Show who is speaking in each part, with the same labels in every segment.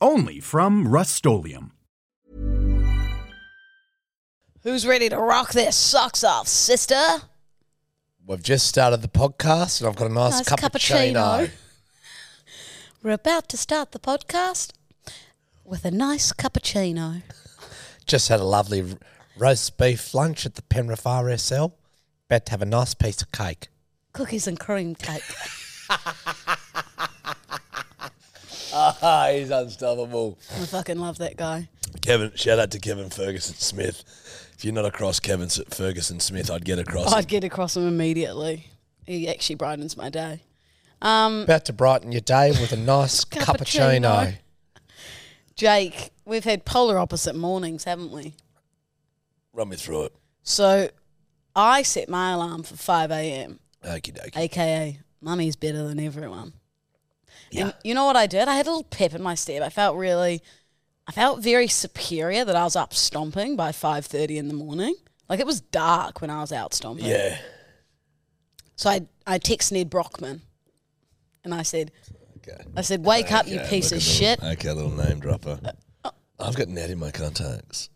Speaker 1: Only from Rust-Oleum.
Speaker 2: Who's ready to rock their socks off, sister?
Speaker 3: We've just started the podcast and I've got a nice,
Speaker 2: Nice
Speaker 3: cappuccino.
Speaker 2: cappuccino. We're about to start the podcast with a nice cappuccino.
Speaker 3: Just had a lovely r- roast beef lunch at the Penrith RSL. About to have a nice piece of cake.
Speaker 2: Cookies and cream cake.
Speaker 3: Ah, he's unstoppable.
Speaker 2: I fucking love that guy.
Speaker 3: Kevin, shout out to Kevin Ferguson Smith. If you're not across Kevin S- Ferguson Smith, I'd get across.
Speaker 2: I'd
Speaker 3: him.
Speaker 2: get across him immediately. He actually brightens my day. Um,
Speaker 3: About to brighten your day with a nice
Speaker 2: Cappuccino.
Speaker 3: cappuccino.
Speaker 2: Jake, we've had polar opposite mornings, haven't we?
Speaker 3: Run me through it.
Speaker 2: So I set my alarm for 5 a.m.
Speaker 3: Okie dokie.
Speaker 2: aka mummy's better than everyone.
Speaker 3: Yeah.
Speaker 2: And you know what I did? I had a little pep in my step. I felt really, I felt very superior that I was up stomping by five thirty in the morning. Like it was dark when I was out stomping.
Speaker 3: Yeah.
Speaker 2: So I I text Ned Brockman, and I said,
Speaker 3: Okay.
Speaker 2: I said, wake up, you
Speaker 3: Okay,
Speaker 2: piece
Speaker 3: look
Speaker 2: of
Speaker 3: at
Speaker 2: shit.
Speaker 3: Little, okay, little name dropper. I've got Ned in my contacts.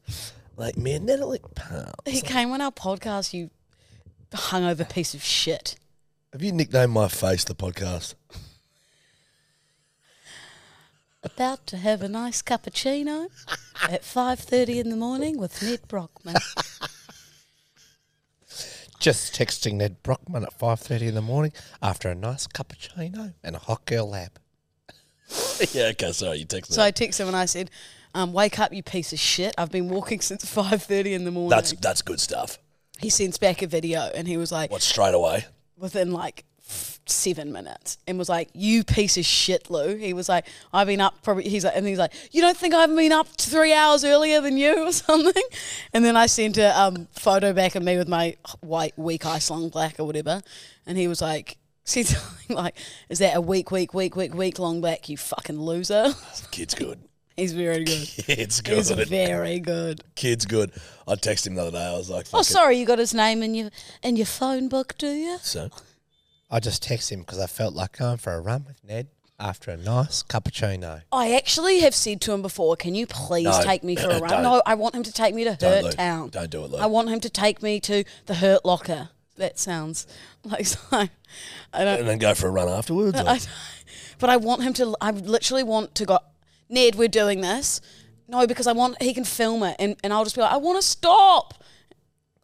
Speaker 3: Like, man, Natalie Powell.
Speaker 2: He came on our podcast. You hungover piece of shit.
Speaker 3: Have you nicknamed my face the podcast?
Speaker 2: About to have a nice cappuccino at five thirty in the morning with Ned Brockman.
Speaker 3: Just texting Ned Brockman at five thirty in the morning after a nice cappuccino and a hot girl lab. yeah, okay, sorry, you texted.
Speaker 2: So I texted him and I said, um, "Wake up, you piece of shit! I've been walking since five thirty in the morning."
Speaker 3: that's good stuff.
Speaker 2: he sends back a video and he was like,
Speaker 3: What straight away?
Speaker 2: within like f- seven minutes, and was like, "You piece of shit, Lou." He was like, "I've been up probably." He's like, and he's like, "You don't think I've been up three hours earlier than you or something?" And then I sent a um, photo back of me with my white weak ice long black or whatever, and he was like. Said something like, "Is that a week, week, week, week, week long black? You fucking loser."
Speaker 3: Kid's good.
Speaker 2: He's very good.
Speaker 3: Kid's
Speaker 2: He's very good.
Speaker 3: Kid's good. I texted him the other day. I was like,
Speaker 2: Oh, sorry, you got his name in your in your phone book, do you?
Speaker 3: So I just texted him because I felt like going for a run with Ned after a nice cappuccino.
Speaker 2: I actually have said to him before, "Can you please
Speaker 3: No, uh,
Speaker 2: take me for a run?"
Speaker 3: don't.
Speaker 2: No, I want him to take me to
Speaker 3: Don't, Lou.
Speaker 2: Hurt Town.
Speaker 3: Don't do it, Lou.
Speaker 2: I want him to take me to the Hurt Locker. That sounds like I don't.
Speaker 3: And then go for a run afterwards.
Speaker 2: I, but I want him to. I literally want to go. Ned, we're doing this. No, because I want he can film it, and, and I'll just be like, I want to stop.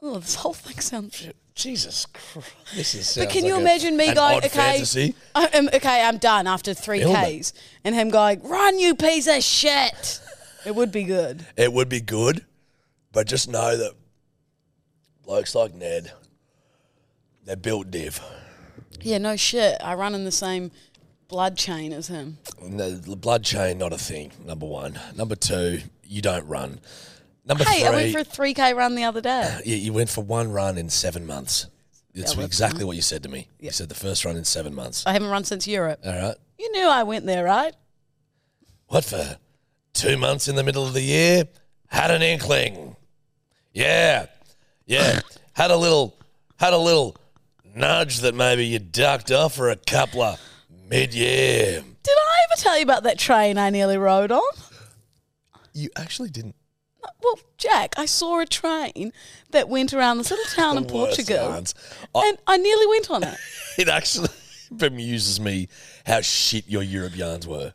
Speaker 2: Oh, this whole thing sounds.
Speaker 3: Jesus Christ. This is
Speaker 2: But
Speaker 3: sounds
Speaker 2: can you
Speaker 3: like a-
Speaker 2: imagine me
Speaker 3: an
Speaker 2: going,
Speaker 3: odd
Speaker 2: okay,
Speaker 3: fantasy.
Speaker 2: I- um, okay, I'm done after three
Speaker 3: Film it.
Speaker 2: Ks, and him going, run, you piece of shit. it would be good.
Speaker 3: It would be good, but just know that blokes like Ned, they're built div.
Speaker 2: Yeah, no shit. I run in the same blood chain as him.
Speaker 3: And The the blood chain, not a thing, number one. Number two, you don't run. Number
Speaker 2: hey,
Speaker 3: three,
Speaker 2: I went for a three K run the other day.
Speaker 3: you, you went for one run in seven months. That's
Speaker 2: Yeah, mm.
Speaker 3: exactly what you said to me. You said the first run in seven months.
Speaker 2: I haven't run since Europe.
Speaker 3: All right.
Speaker 2: You knew I went there, right?
Speaker 3: What for? Two months in the middle of the year? Had an inkling. Yeah. Yeah. had a little had a little nudge that maybe you ducked off for a coupler mid year.
Speaker 2: Did I ever tell you about that train I nearly rode on?
Speaker 3: You actually didn't
Speaker 2: Well, Jack, I saw a train that went around this little town in
Speaker 3: The worst
Speaker 2: Portugal,
Speaker 3: ones. I-
Speaker 2: and I nearly went on it.
Speaker 3: it actually bemuses me how shit your Europe yarns were.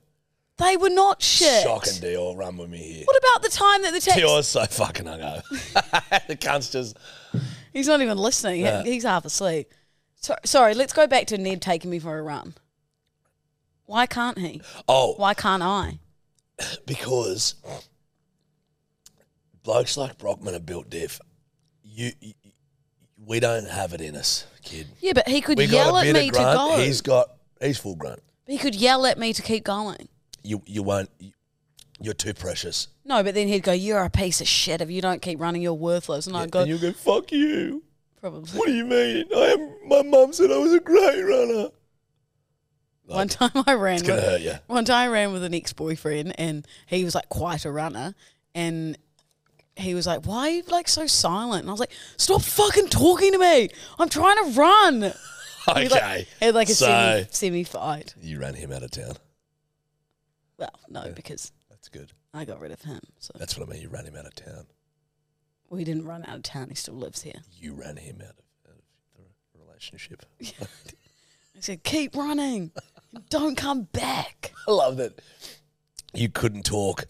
Speaker 2: They were not shit.
Speaker 3: Shock and Dior run with me here.
Speaker 2: What about the time that the text?
Speaker 3: Dior's so fucking hungover. the cunt's just.
Speaker 2: He's not even listening. He-
Speaker 3: Yeah.
Speaker 2: He's half asleep. So, sorry, let's go back to Ned taking me for a run. Why can't he?
Speaker 3: Oh,
Speaker 2: Why can't I?
Speaker 3: because blokes like Brockman are built diff. You, you- we don't have it in us, kid.
Speaker 2: Yeah, but he could
Speaker 3: we
Speaker 2: yell
Speaker 3: got a
Speaker 2: at
Speaker 3: bit
Speaker 2: me
Speaker 3: of
Speaker 2: to
Speaker 3: grunt.
Speaker 2: go.
Speaker 3: He's got he's full grunt.
Speaker 2: He could yell at me to keep going.
Speaker 3: You you won't. You're too precious.
Speaker 2: No, but then he'd go, "You're a piece of shit. If you don't keep running, you're worthless." And I'd go,
Speaker 3: And you'll go fuck you.
Speaker 2: "Probably."
Speaker 3: What do you mean? I am. My mum said I was a great runner.
Speaker 2: One time I ran.
Speaker 3: It's gonna
Speaker 2: with-
Speaker 3: hurt you.
Speaker 2: One time I ran with an ex boyfriend and he was like quite a runner and he was like, Why are you like so silent? And I was like, Stop fucking talking to me. I'm trying to run.
Speaker 3: Okay.
Speaker 2: He, like, had like a
Speaker 3: so
Speaker 2: semi semi fight.
Speaker 3: you ran him out of town.
Speaker 2: Well, no, because
Speaker 3: That's good.
Speaker 2: I got rid of him. So
Speaker 3: That's what I mean. You ran him out of town.
Speaker 2: we didn't run out of town. He still lives here.
Speaker 3: You ran him out of, out of the relationship.
Speaker 2: I said, Keep running. Don't come back.
Speaker 3: I love that. You couldn't talk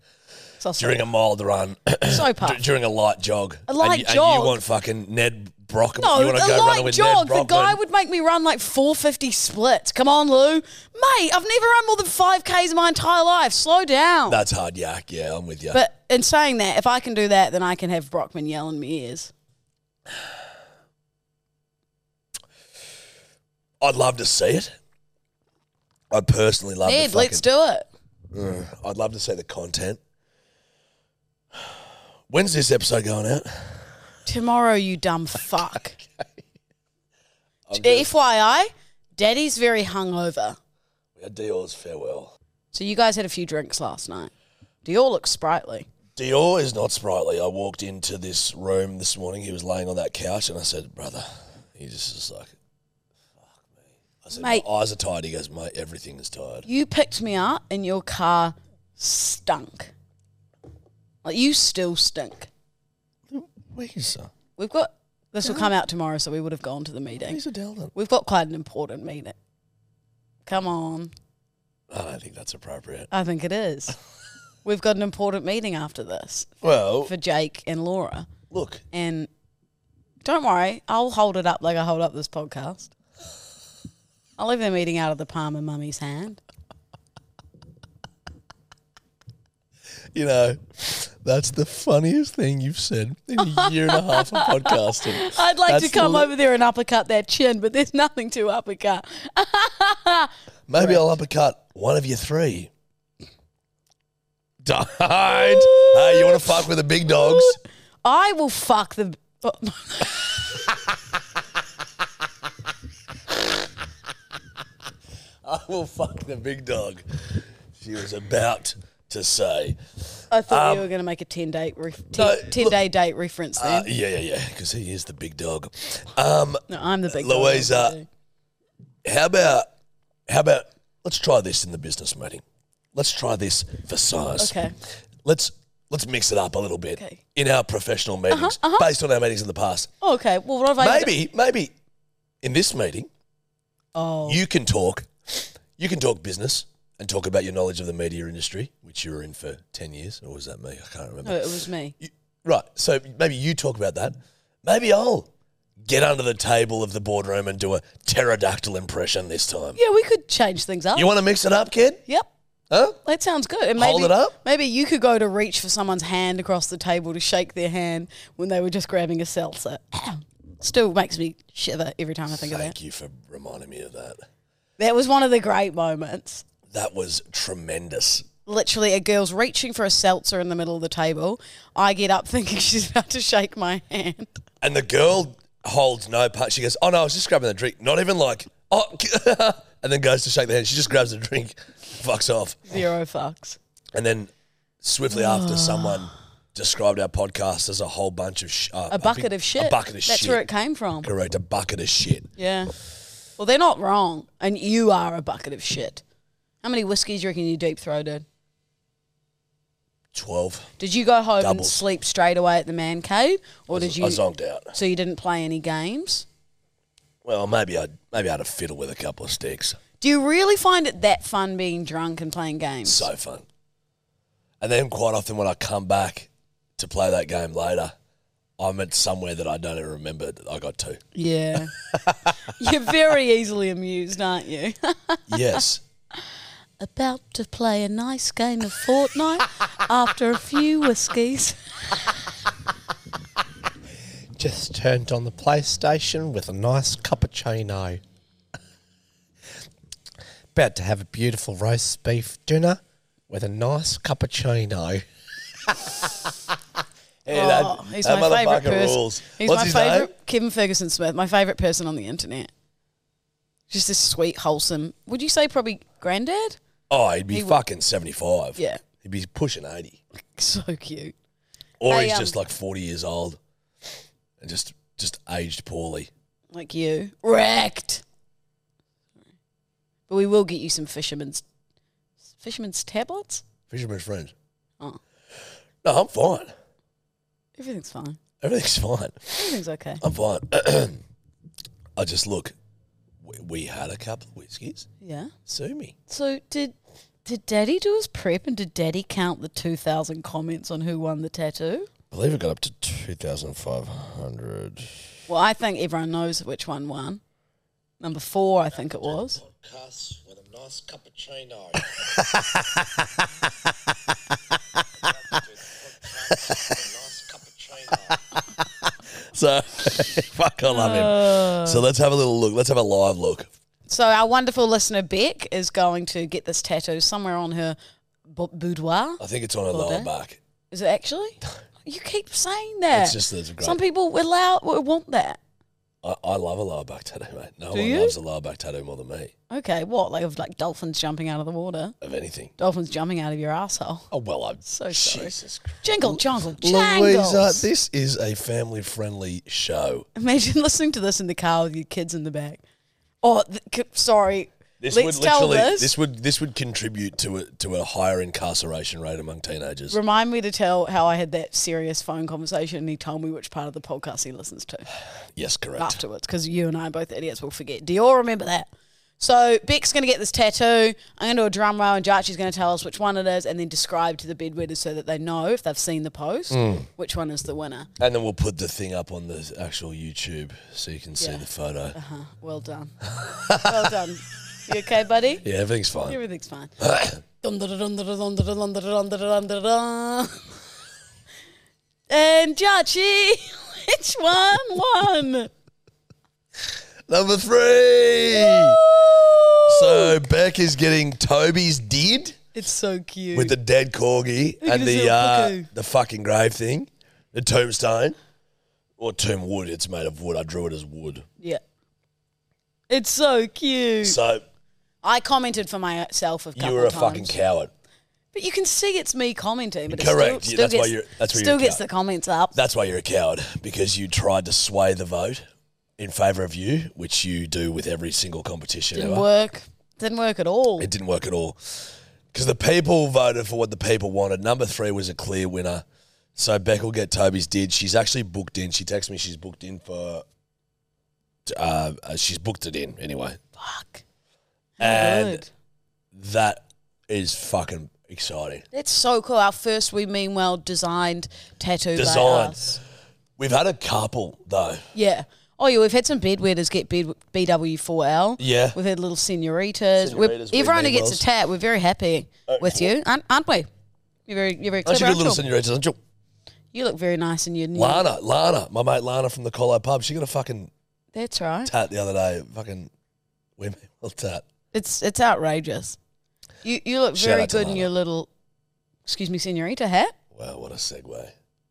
Speaker 2: So I was
Speaker 3: during a
Speaker 2: like,
Speaker 3: mild run,
Speaker 2: So
Speaker 3: d-
Speaker 2: puffed.
Speaker 3: during a light jog.
Speaker 2: A light
Speaker 3: and, you- and
Speaker 2: jog?
Speaker 3: you want fucking Ned Brockman?
Speaker 2: no,
Speaker 3: you
Speaker 2: a
Speaker 3: want to go running
Speaker 2: light
Speaker 3: with
Speaker 2: jog.
Speaker 3: Ned
Speaker 2: The
Speaker 3: Brockman?
Speaker 2: guy would make me run like 450 splits. Come on, Lou. Mate, I've never run more than 5Ks in my entire life. Slow down.
Speaker 3: That's hard yak. Yeah, I'm with you.
Speaker 2: But in saying that, if I can do that, then I can have Brockman yell in my ears.
Speaker 3: I'd love to see it. I personally love.
Speaker 2: Ned,
Speaker 3: the
Speaker 2: let's do it.
Speaker 3: fucking- Ugh, I'd love to see the content. When's this episode going out?
Speaker 2: Tomorrow, you dumb fuck. FYI, Daddy's very hungover.
Speaker 3: We had Dior's farewell.
Speaker 2: So you guys had a few drinks last night. Do you all look sprightly?
Speaker 3: Dior is not sprightly. I walked into this room this morning. He was laying on that couch, and I said, "Brother," he just was like, "Fuck me." I said,
Speaker 2: Mate.
Speaker 3: "My eyes are tired." He goes, "Mate, everything is tired."
Speaker 2: You picked me up and your car stunk. Like, you still stink.
Speaker 3: Lisa,
Speaker 2: We've got, this will come out tomorrow, so we would have gone to the meeting.
Speaker 3: Lisa Delden.
Speaker 2: We've got quite an important meeting. Come on.
Speaker 3: I don't think that's appropriate.
Speaker 2: I think it is. We've got an important meeting after this
Speaker 3: Well,
Speaker 2: for Jake and Laura.
Speaker 3: look,
Speaker 2: And don't worry, I'll hold it up like I hold up this podcast. I'll leave their meeting out of the palm of mummy's hand.
Speaker 3: you know, that's the funniest thing you've said in a year and a half of podcasting.
Speaker 2: I'd like to
Speaker 3: That's
Speaker 2: come
Speaker 3: li-
Speaker 2: over there and uppercut their chin, but there's nothing to uppercut.
Speaker 3: Maybe I'll uppercut one of you three. Don't. Hey, you want to fuck with the big dogs?
Speaker 2: I will fuck the. oh.
Speaker 3: I will fuck the big dog. She was about to say.
Speaker 2: I thought
Speaker 3: Um,
Speaker 2: you were going to make a 10 date ref- ten,
Speaker 3: no,
Speaker 2: 10
Speaker 3: look-
Speaker 2: day date reference
Speaker 3: Uh,
Speaker 2: there.
Speaker 3: yeah, yeah, yeah, because he is the big dog. Um,
Speaker 2: no, I'm the big dog,
Speaker 3: Louisa,
Speaker 2: obviously.
Speaker 3: how about, how about, let's try this in the business meeting. Let's try this for size.
Speaker 2: Okay.
Speaker 3: Let's let's mix it up a little bit
Speaker 2: Okay. Uh-huh,
Speaker 3: in our professional meetings, based on our meetings in the past.
Speaker 2: Oh, okay. Well, what have I got-
Speaker 3: maybe, maybe in this meeting,
Speaker 2: Oh.
Speaker 3: you can talk, you can talk business and talk about your knowledge of the media industry, which you were in for ten years, or was that me? I can't remember.
Speaker 2: No, it was me.
Speaker 3: You- right. So maybe you talk about that. Maybe I'll get under the table of the boardroom and do a pterodactyl impression this time.
Speaker 2: Yeah, we could change things up.
Speaker 3: You want to mix it up, kid?
Speaker 2: yep.
Speaker 3: Huh?
Speaker 2: That sounds good. And maybe,
Speaker 3: Hold it up?
Speaker 2: Maybe you could go to reach for someone's hand across the table to shake their hand when they were just grabbing a seltzer. Still makes me shiver every time I think of that.
Speaker 3: Thank you for reminding me of that.
Speaker 2: That was one of the great moments.
Speaker 3: That was tremendous.
Speaker 2: Literally, a girl's reaching for a seltzer in the middle of the table. I get up thinking she's about to shake my hand.
Speaker 3: And the girl holds no part. She goes, "Oh no, I was just grabbing a drink." Not even like, "Oh," and then goes to shake the hand. She just grabs a drink, fucks off,
Speaker 2: Zero fucks.
Speaker 3: and then swiftly after, someone described our podcast as a whole bunch of sh- uh,
Speaker 2: A bucket
Speaker 3: big-
Speaker 2: of shit.
Speaker 3: A bucket of shit.
Speaker 2: That's where it came from.
Speaker 3: Correct, a bucket of shit.
Speaker 2: Yeah. Well, they're not wrong. And you are a bucket of shit. How many whiskeys do you reckon you deep throated?
Speaker 3: Twelve.
Speaker 2: Did you go home and
Speaker 3: Doubles.
Speaker 2: sleep straight away at the man cave, or
Speaker 3: I
Speaker 2: did
Speaker 3: z-
Speaker 2: you?
Speaker 3: I zonked out.
Speaker 2: So you didn't play any games.
Speaker 3: Well, maybe I maybe I had a fiddle with a couple of sticks.
Speaker 2: Do you really find it that fun being drunk and playing games?
Speaker 3: So fun. And then quite often when I come back to play that game later, I'm at somewhere that I don't even remember that I got to.
Speaker 2: yeah. You're very easily amused, aren't you?
Speaker 3: Yes.
Speaker 2: About to play a nice game of Fortnite after a few whiskies.
Speaker 4: Just turned on the PlayStation with a nice cappuccino. About to have a beautiful roast beef dinner with a nice cappuccino.
Speaker 3: Yeah,
Speaker 2: Oh,
Speaker 3: that,
Speaker 2: he's
Speaker 3: that
Speaker 2: my favourite
Speaker 3: motherfucker
Speaker 2: person.
Speaker 3: rules.
Speaker 2: He's
Speaker 3: What's
Speaker 2: my
Speaker 3: his
Speaker 2: favorite
Speaker 3: name?
Speaker 2: Kevin Ferguson Smith, my favorite person on the internet. Just this sweet, wholesome. Would you say probably granddad?
Speaker 3: Oh, he'd be
Speaker 2: He would-
Speaker 3: fucking 75.
Speaker 2: Yeah.
Speaker 3: He'd be pushing 80.
Speaker 2: So cute.
Speaker 3: Or
Speaker 2: Hey,
Speaker 3: he's
Speaker 2: um,
Speaker 3: just like 40 years old and just just aged poorly.
Speaker 2: Like you. Wrecked. But we will get you some fisherman's fisherman's tablets.
Speaker 3: Fisherman's friend.
Speaker 2: Oh.
Speaker 3: No, I'm fine.
Speaker 2: Everything's fine.
Speaker 3: Everything's fine.
Speaker 2: Everything's okay.
Speaker 3: I'm fine. I just look. We, we had a couple of whiskies.
Speaker 2: Yeah.
Speaker 3: Sue me.
Speaker 2: So did did Daddy do his prep and did Daddy count the two thousand comments on who won the tattoo?
Speaker 3: I believe it got up to two thousand five hundred.
Speaker 2: Well, I think everyone knows which one won. Number four, I think it was.
Speaker 4: Podcast with a nice cappuccino.
Speaker 3: So fuck, I love him.
Speaker 2: Oh.
Speaker 3: so let's have a little look. Let's have a live look.
Speaker 2: So our wonderful listener Beck is going to get this tattoo somewhere on her b- boudoir.
Speaker 3: I think it's on her
Speaker 2: Hold
Speaker 3: lower
Speaker 2: on.
Speaker 3: back.
Speaker 2: Is it actually? You keep saying that.
Speaker 3: It's just there's a great-
Speaker 2: some people allow w- want that.
Speaker 3: I, I love a lower back tattoo, mate. No
Speaker 2: Do
Speaker 3: one
Speaker 2: you?
Speaker 3: loves a lower back tattoo more than me.
Speaker 2: Okay, what like of like dolphins jumping out of the water?
Speaker 3: Of anything.
Speaker 2: Dolphins jumping out of your asshole.
Speaker 3: Oh well, I'm
Speaker 2: So sorry.
Speaker 3: Jesus. Christ.
Speaker 2: Jingle, jangle, jangles.
Speaker 3: Louisa, this is a family-friendly show.
Speaker 2: Imagine listening to this in the car with your kids in the back. Oh, th- c- sorry.
Speaker 3: This
Speaker 2: Let's
Speaker 3: would
Speaker 2: tell
Speaker 3: literally
Speaker 2: this.
Speaker 3: this. would this would contribute to a to a higher incarceration rate among teenagers.
Speaker 2: Remind me to tell how I had that serious phone conversation and he told me which part of the podcast he listens to.
Speaker 3: yes, correct.
Speaker 2: afterwards because you and I are both idiots. We'll forget. Do you all remember that? So Beck's going to get this tattoo. I'm going to do a drum roll, and Jarchi's going to tell us which one it is, and then describe to the bedwetters so that they know if they've seen the post
Speaker 3: Hmm.
Speaker 2: which one is the winner.
Speaker 3: And then we'll put the thing up on the actual YouTube so you can see
Speaker 2: Yeah.
Speaker 3: the photo.
Speaker 2: Uh-huh. Well done. well done. You okay, buddy?
Speaker 3: Yeah, everything's fine.
Speaker 2: Everything's fine. Dun dun dun dun dun dun dun dun dun dun dun dun. And Jarchi, which one won?
Speaker 3: Number three. So Beck is getting Toby's did
Speaker 2: It's so cute.
Speaker 3: with the dead corgi
Speaker 2: at
Speaker 3: and
Speaker 2: his
Speaker 3: the
Speaker 2: little
Speaker 3: uh,
Speaker 2: cuckoo.
Speaker 3: the fucking grave thing, the tombstone or tomb wood. It's made of wood. I drew it as wood.
Speaker 2: yeah. It's so cute.
Speaker 3: So
Speaker 2: I commented for myself a couple
Speaker 3: you were a
Speaker 2: times.
Speaker 3: fucking coward.
Speaker 2: But you can see it's me commenting. But
Speaker 3: Correct.
Speaker 2: It still, still
Speaker 3: Yeah, that's why
Speaker 2: gets,
Speaker 3: you're- that's why you're a
Speaker 2: still gets
Speaker 3: coward.
Speaker 2: the comments up.
Speaker 3: That's why you're a coward because you tried to sway the vote in favor of you, which you do with every single competition
Speaker 2: Didn't
Speaker 3: ever.
Speaker 2: work. Didn't work at all.
Speaker 3: It didn't work at all. Because the people voted for what the people wanted. Number three was a clear winner. So Beck will get Toby's did. She's actually booked in. She texted me she's booked in for. Uh, uh, she's booked it in anyway.
Speaker 2: Fuck. How
Speaker 3: And-
Speaker 2: Oh, good.
Speaker 3: That is fucking exciting.
Speaker 2: That's so cool. Our first We Mean Well designed tattoo by
Speaker 3: Design.
Speaker 2: us.
Speaker 3: We've had a couple though.
Speaker 2: Yeah. Oh yeah, we've had some bedwetters get B- BW4L.
Speaker 3: Yeah.
Speaker 2: We've had little senoritas. We've-
Speaker 3: Senoritas, We
Speaker 2: everyone who
Speaker 3: Mean
Speaker 2: gets
Speaker 3: Wells. Oh,
Speaker 2: a tat, we're very happy with you, aren't, aren't we? You're very, you're very clever.
Speaker 3: Aren't you good
Speaker 2: aren't
Speaker 3: little
Speaker 2: you?
Speaker 3: senoritas? Aren't you?
Speaker 2: You look very nice in your new.
Speaker 3: Lana, Lana, my mate Lana from the Colo Pub. She got a fucking
Speaker 2: That's right.
Speaker 3: tat the other day. Fucking women will tat.
Speaker 2: It's it's outrageous. You you look
Speaker 3: Shout
Speaker 2: very
Speaker 3: out to
Speaker 2: good in
Speaker 3: Lana.
Speaker 2: your little excuse me, senorita hat.
Speaker 3: Wow, what a segue.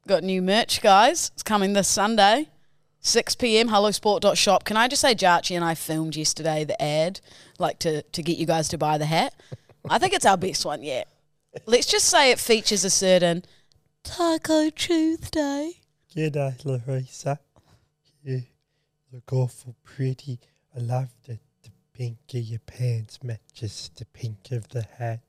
Speaker 2: Got new merch, guys. It's coming this Sunday. 6 p.m. hellosport.shop. Can I just say Jarchi and I filmed yesterday the ad, like to, to get you guys to buy the hat. I think it's our best one yet. Let's just say it features a certain Taco Tuesday.
Speaker 4: G'day, Larissa. You look awful pretty. I love that the pink of your pants matches the pink of the hat.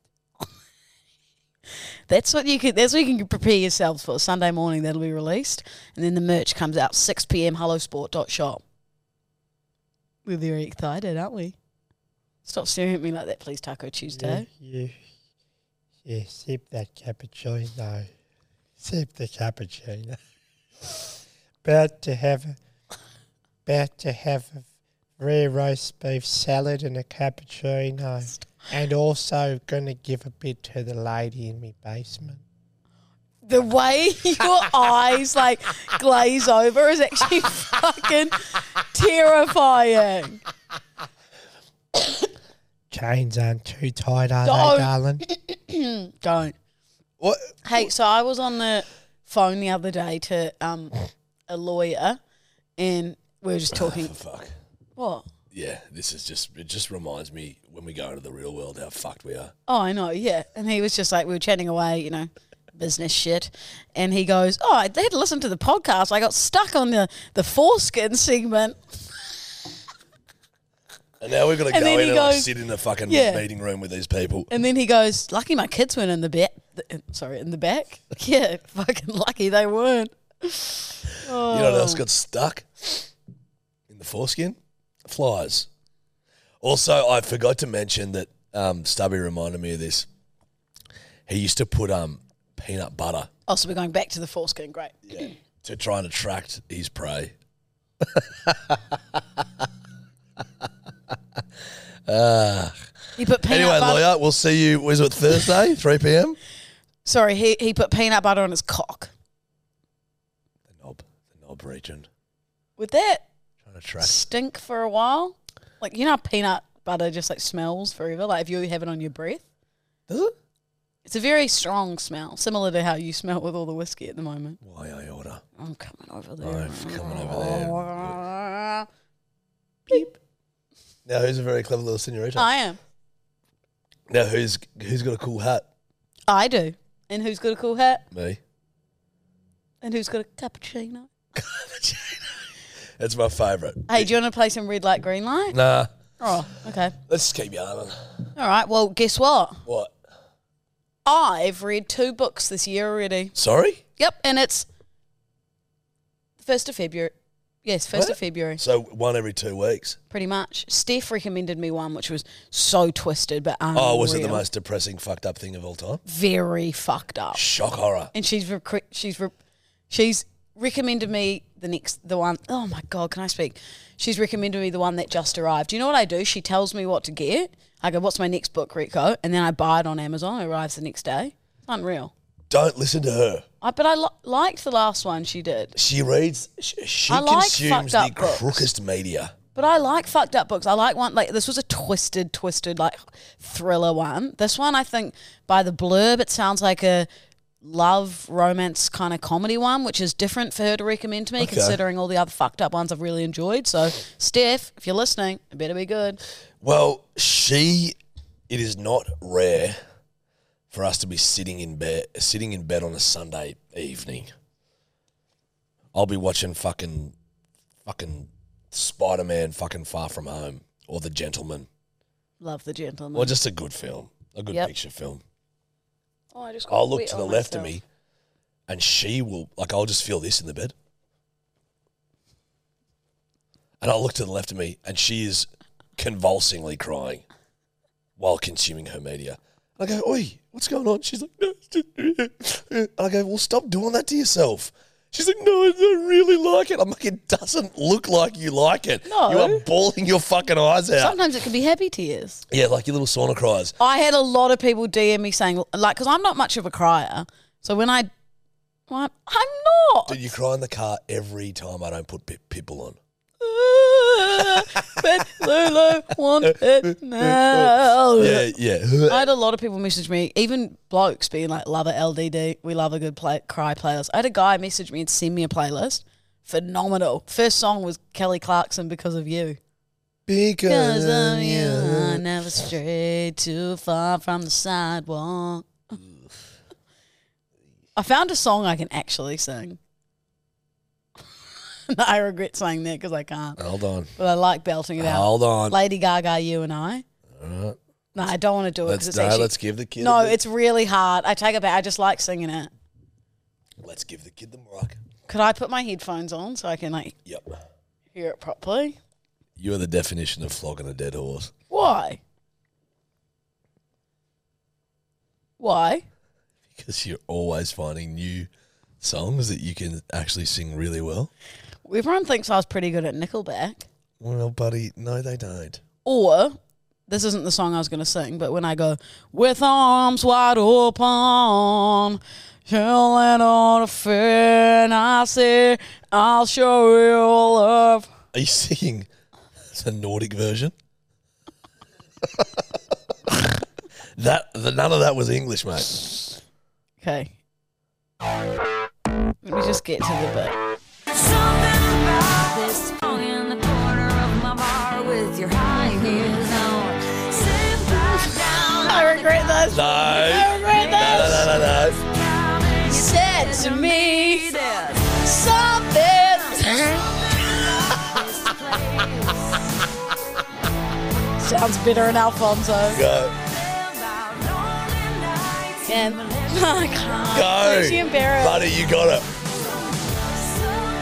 Speaker 2: That's what you can. That's what you can prepare yourselves for. Sunday morning that'll be released, and then the merch comes out 6 p.m. HelloSport.shop. We're very excited, aren't we? Stop staring at me like that, please, Taco Tuesday.
Speaker 4: You, you, yeah, sip that cappuccino. Sip the cappuccino. about to have, a, about to have a rare roast beef salad and a cappuccino, and also gonna give a bit to the lady in my basement.
Speaker 2: The way your eyes like glaze over is actually fucking terrifying.
Speaker 4: Chains aren't too tight, are
Speaker 2: Don't.
Speaker 4: they, darling?
Speaker 2: Don't.
Speaker 3: What?
Speaker 2: Hey, so I was on the phone the other day to um, a lawyer, and we were just talking.
Speaker 3: Fuck.
Speaker 2: what?
Speaker 3: Yeah, this is just, it just reminds me when we go into the real world how fucked we are.
Speaker 2: Oh, I know, yeah. And he was just like, we were chatting away, you know, business shit. And he goes, Oh, I had to listen to the podcast. I got stuck on the, the foreskin segment.
Speaker 3: And now we've got to
Speaker 2: And
Speaker 3: go
Speaker 2: then
Speaker 3: in
Speaker 2: he
Speaker 3: and like,
Speaker 2: goes-
Speaker 3: sit in the fucking
Speaker 2: Yeah.
Speaker 3: meeting room with these people.
Speaker 2: And then he goes, Lucky my kids weren't in the back. Sorry, in the back? Yeah, fucking lucky they weren't.
Speaker 3: You know what else got stuck in the foreskin? Flies. Also, I forgot to mention that um, Stubby reminded me of this. He used to put um, peanut butter
Speaker 2: Oh, so we're going back to the foreskin. Great.
Speaker 3: to try and attract his prey.
Speaker 2: He put peanut
Speaker 3: anyway,
Speaker 2: butter.
Speaker 3: lawyer, we'll see you. Is it Thursday, three p.m.
Speaker 2: Sorry, he, he put peanut butter on his cock.
Speaker 3: The knob, the knob region,
Speaker 2: Would that
Speaker 3: trying to attract.
Speaker 2: stink for a while? Like, you know how peanut butter just like smells forever? Like, if you have it on your breath?
Speaker 3: Does it?
Speaker 2: It's a very strong smell, similar to how you smell with all the whiskey at the moment.
Speaker 3: Why I order?
Speaker 2: I'm coming over there.
Speaker 3: I'm coming over there.
Speaker 2: I
Speaker 3: Now, who's a very clever little senorita?
Speaker 2: am.
Speaker 3: Now, who's who's got a cool hat?
Speaker 2: I do. And who's got a cool hat?
Speaker 3: Me.
Speaker 2: And who's got a cappuccino?
Speaker 3: That's my favourite.
Speaker 2: Hey, do you want to play some red light, green light?
Speaker 3: Nah,
Speaker 2: Oh, okay.
Speaker 3: let's just keep yarning.
Speaker 2: All right. Well, guess what?
Speaker 3: What?
Speaker 2: I've read two books this year already.
Speaker 3: Sorry.
Speaker 2: Yep, and it's the first of February. Yes, first
Speaker 3: What?
Speaker 2: of February.
Speaker 3: So one every two weeks.
Speaker 2: Pretty much. Steph recommended me one, which was so twisted, but unreal.
Speaker 3: Oh, was it the most depressing, fucked up thing of all time?
Speaker 2: very fucked up.
Speaker 3: Shock horror.
Speaker 2: and she's recre- she's re- she's recommended me the next the one oh my god can I speak she's recommended me the one that just arrived do you know what I do she tells me what to get I go what's my next book Rico and then I buy it on Amazon it arrives the next day it's unreal
Speaker 3: Don't listen to her.
Speaker 2: I, but I li- liked the last one she did
Speaker 3: She reads. She, she
Speaker 2: I like fucked
Speaker 3: consumes the
Speaker 2: up books.
Speaker 3: crookest media.
Speaker 2: but I like fucked up books I like one like this was a twisted twisted like thriller one this one I think by the blurb it sounds like a love romance kind of comedy one, which is different for her to recommend to me,
Speaker 3: Okay.
Speaker 2: considering all the other fucked up ones I've really enjoyed. So, Steph, if you're listening, it better be good.
Speaker 3: Well, she. It is not rare for us to be sitting in bed, sitting in bed on a Sunday evening. I'll be watching fucking, fucking Spider Man, fucking Far From Home, or The Gentleman,
Speaker 2: Love the gentleman.
Speaker 3: or just a good film, a good
Speaker 2: Yep.
Speaker 3: picture film.
Speaker 2: oh, I just got
Speaker 3: I'll look
Speaker 2: wet
Speaker 3: to the
Speaker 2: on
Speaker 3: left of
Speaker 2: myself.
Speaker 3: me, and she will like I'll just feel this in the bed, and I'll look to the left of me, and she is convulsingly crying while consuming her media. And I go, "Oi, what's going on?" She's like, "No." it's just-" And I go, "Well, stop doing that to yourself." She's like, "No, I don't really like it." I'm like, "It doesn't look like you like it.
Speaker 2: No.
Speaker 3: You are bawling your fucking eyes out."
Speaker 2: Sometimes it can be happy tears.
Speaker 3: yeah, like your little sauna cries.
Speaker 2: I had a lot of people DM me saying, like, because I'm not much of a crier. So when I, well, I'm- I'm not.
Speaker 3: Dude, you cry in the car every time I don't put Pip- Pitbull on.
Speaker 2: but Lulu want it now.
Speaker 3: Yeah, yeah.
Speaker 2: I had a lot of people message me, even blokes being like, "Love it, LDD. We love a good play- cry playlist." I had a guy message me and send me a playlist. Phenomenal. First song was Kelly Clarkson because of you.
Speaker 3: Because
Speaker 2: of you, I never strayed too far from the sidewalk. I found a song I can actually sing. I regret saying that because I can't,
Speaker 3: Hold on.
Speaker 2: but I like belting it out.
Speaker 3: Hold on.
Speaker 2: Lady Gaga, you and I. No, I don't want to do it because
Speaker 3: let's,
Speaker 2: it's
Speaker 3: no,
Speaker 2: actually
Speaker 3: let's give the kid.
Speaker 2: no,
Speaker 3: a bit-
Speaker 2: it's really hard. I take it back. I just like singing it.
Speaker 3: Let's give the kid the rock.
Speaker 2: Could I put my headphones on so I can like
Speaker 3: Yep.
Speaker 2: hear it properly?
Speaker 3: You are the definition of flogging a dead horse.
Speaker 2: Why? Why?
Speaker 3: because you're always finding new songs that you can actually sing really well.
Speaker 2: Everyone thinks I was pretty good at Nickelback.
Speaker 3: Well, buddy, no, they don't.
Speaker 2: Or this isn't the song I was going to sing, but when I go with arms wide open, chilling on a fin, I say I'll show you love.
Speaker 3: Are you singing the Nordic version? that the, none of that was English, mate.
Speaker 2: Okay. Let me just get to the bit.
Speaker 5: Something about this song in the corner of my bar with your high heels on. Sit back down.
Speaker 2: I regret
Speaker 3: No,
Speaker 2: this. I
Speaker 3: no,
Speaker 2: regret
Speaker 3: no,
Speaker 2: this.
Speaker 3: no, no, no.
Speaker 2: You said to me something. Sounds better in Alfonso.
Speaker 3: Go,
Speaker 2: And I can't.
Speaker 3: go,
Speaker 2: Makes you embarrassed.
Speaker 3: buddy, you got it.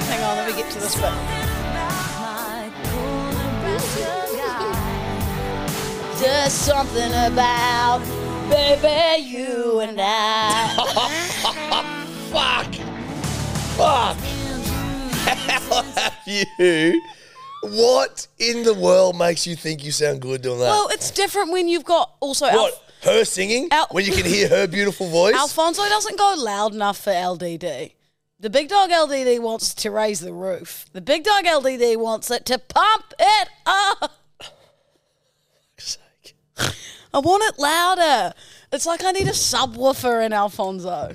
Speaker 2: Hang on, let me get to this bit. There's something about baby you and I.
Speaker 3: Fuck, fuck. How have you? What in the world makes you think you sound good doing that?
Speaker 2: well, it's different when you've got also Alf-
Speaker 3: What? Her singing?
Speaker 2: Al-
Speaker 3: when you can hear her beautiful voice?
Speaker 2: Alfonso doesn't go loud enough for LDD. The big dog LDD wants to raise the roof. The big dog LDD wants it to pump it up.
Speaker 3: sake.
Speaker 2: I want it louder. It's like I need a subwoofer in Alfonso.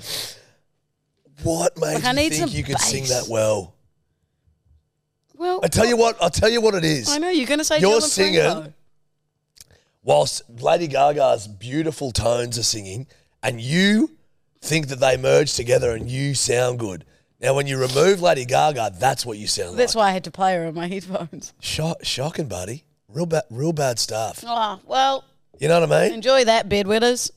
Speaker 3: What made
Speaker 2: Like, I
Speaker 3: you
Speaker 2: need
Speaker 3: think
Speaker 2: some
Speaker 3: you could sing
Speaker 2: bass.
Speaker 3: that well?
Speaker 2: Well,
Speaker 3: I tell you what, I'll tell you what it
Speaker 2: I
Speaker 3: is.
Speaker 2: know you're going to say
Speaker 3: You're
Speaker 2: Dylan
Speaker 3: singing.
Speaker 2: Franco.
Speaker 3: Whilst Lady Gaga's beautiful tones are singing, and you think that they merge together and you sound good. Now, when you remove Lady Gaga, that's what you sound
Speaker 2: That's
Speaker 3: like.
Speaker 2: why I had to play her on my headphones.
Speaker 3: Shock, shocking, buddy. Real bad, real bad stuff.
Speaker 2: Oh, well,
Speaker 3: You know what I mean?
Speaker 2: enjoy that, bedwetters.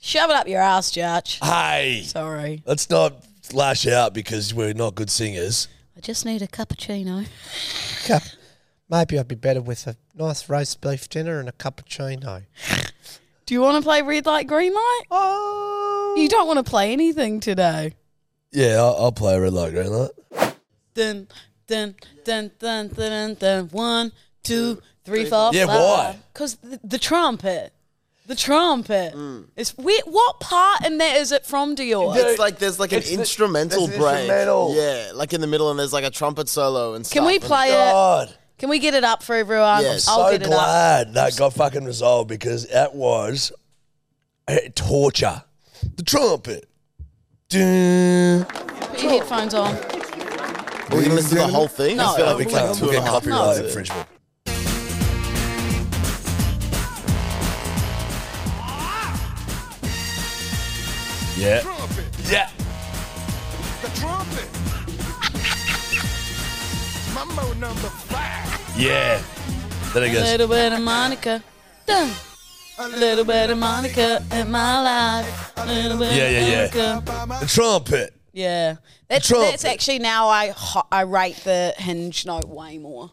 Speaker 2: Shove it up your ass, Jarch.
Speaker 3: Hey,
Speaker 2: Sorry.
Speaker 3: let's not lash out because we're not good singers.
Speaker 2: I just need a cappuccino.
Speaker 4: Cup. Maybe I'd be better with a nice roast beef dinner and a cappuccino.
Speaker 2: Do you want to play red light, green light?
Speaker 4: Oh,
Speaker 2: You don't want to play anything today.
Speaker 3: Yeah, I'll, I'll play Red Light, Green Light.
Speaker 2: Dun, dun, dun, dun, dun, dun, dun. One, two, three, four,
Speaker 3: Yeah, why?
Speaker 2: Because the, the trumpet. The trumpet. It's we, What part in there is it from Dior?
Speaker 6: It's like there's like an
Speaker 3: Mm. It's the-
Speaker 6: instrumental
Speaker 3: there's an
Speaker 6: break.
Speaker 3: instrumental.
Speaker 6: Yeah, like in the middle, and there's like a trumpet solo and stuff.
Speaker 2: Can we
Speaker 6: and-
Speaker 2: play it?
Speaker 3: God.
Speaker 2: Can we get it up for everyone?
Speaker 6: Yes.
Speaker 2: I'll
Speaker 3: Oh. so
Speaker 2: get it up.
Speaker 3: glad that got fucking resolved because that was uh, torture. The trumpet. Dun.
Speaker 2: Put your headphones on.
Speaker 6: Are we gonna listen to the whole thing?
Speaker 2: No.
Speaker 6: I feel
Speaker 3: No,
Speaker 6: like
Speaker 3: we
Speaker 6: it's
Speaker 3: can't.
Speaker 6: like two
Speaker 3: Uh, We'll
Speaker 6: and a
Speaker 3: get
Speaker 6: half
Speaker 3: copyright
Speaker 6: minutes.
Speaker 3: infringement. Yeah. Yeah. Yeah. Then it
Speaker 2: A
Speaker 3: goes.
Speaker 2: little bit of Monica. Dun. A little bit of Monica in my life. A little bit
Speaker 3: Yeah, yeah, yeah.
Speaker 2: of Monica.
Speaker 3: The trumpet.
Speaker 2: Yeah. That's,
Speaker 3: Trumpet.
Speaker 2: that's actually now I, ho- I rate the hinge note way more.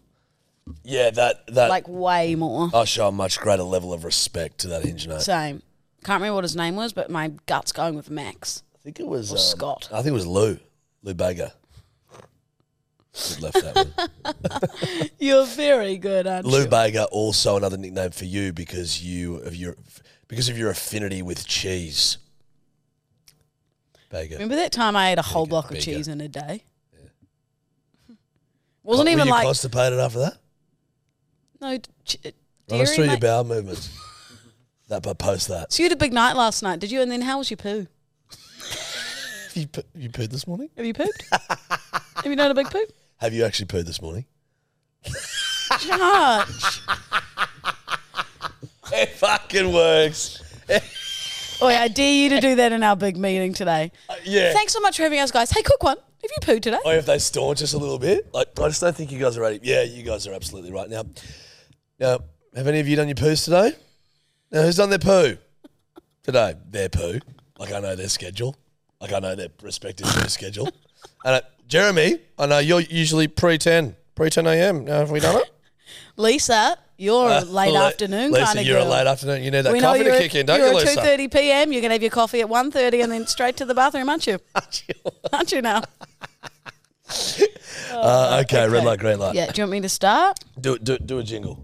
Speaker 3: Yeah, that that
Speaker 2: Like, way more.
Speaker 3: I show a much greater level of respect to that engineer.
Speaker 2: Same. Can't remember what his name was, but my gut's going with Max.
Speaker 3: I think it was
Speaker 2: Or
Speaker 3: um,
Speaker 2: Scott.
Speaker 3: I think it was Lou. Lou Bagger. Should left that one.
Speaker 2: You're very good, aren't
Speaker 3: Lou
Speaker 2: you?
Speaker 3: Bagger also another nickname for you because you of your because of your affinity with cheese. Bagger.
Speaker 2: Remember that time I ate a whole
Speaker 3: Bigger,
Speaker 2: block of
Speaker 3: bigger.
Speaker 2: cheese in a day? Wasn't
Speaker 3: Were
Speaker 2: even
Speaker 3: you
Speaker 2: like
Speaker 3: constipated after that?
Speaker 2: no. d- Ch- dairy,
Speaker 3: Run us through your
Speaker 2: mate.
Speaker 3: bowel movements. that but post that.
Speaker 2: So you had a big night last night, did you? And then how was your poo?
Speaker 3: You, poo- you pooed this morning?
Speaker 2: Have you pooped? Have you done a big poop?
Speaker 3: Have you actually pooed this morning?
Speaker 2: Judge.
Speaker 3: It fucking works.
Speaker 2: Oi, I dare you to do that in our big meeting today.
Speaker 3: Uh, yeah.
Speaker 2: Thanks so much for having us, guys. Hey, quick one. Have you pooed today?
Speaker 3: or if they staunch us a little bit. Like, I just don't think you guys are ready. Yeah, you guys are absolutely right. Now, now, have any of you done your poos today? Now, who's done their poo today? Their poo. Like, I know their schedule. Like, I know their respective poo schedule. And uh, Jeremy, I know you're usually pre ten, pre ten a.m. Now, have we done it?
Speaker 2: Lisa, You're a late
Speaker 3: Le-
Speaker 2: afternoon
Speaker 3: Uh, Lisa,
Speaker 2: kind of
Speaker 3: you're
Speaker 2: girl.
Speaker 3: a late afternoon. You need that
Speaker 2: we know
Speaker 3: coffee
Speaker 2: you're
Speaker 3: to
Speaker 2: a-
Speaker 3: kick in, don't
Speaker 2: you're
Speaker 3: you,
Speaker 2: at two
Speaker 3: Lisa?
Speaker 2: thirty p.m. You're gonna have your coffee at 1.30 and then straight to the bathroom, aren't you? aren't you now?
Speaker 3: Uh, okay, red light, green light.
Speaker 2: Yeah. Do you want me to start?
Speaker 3: Do, do, do a jingle.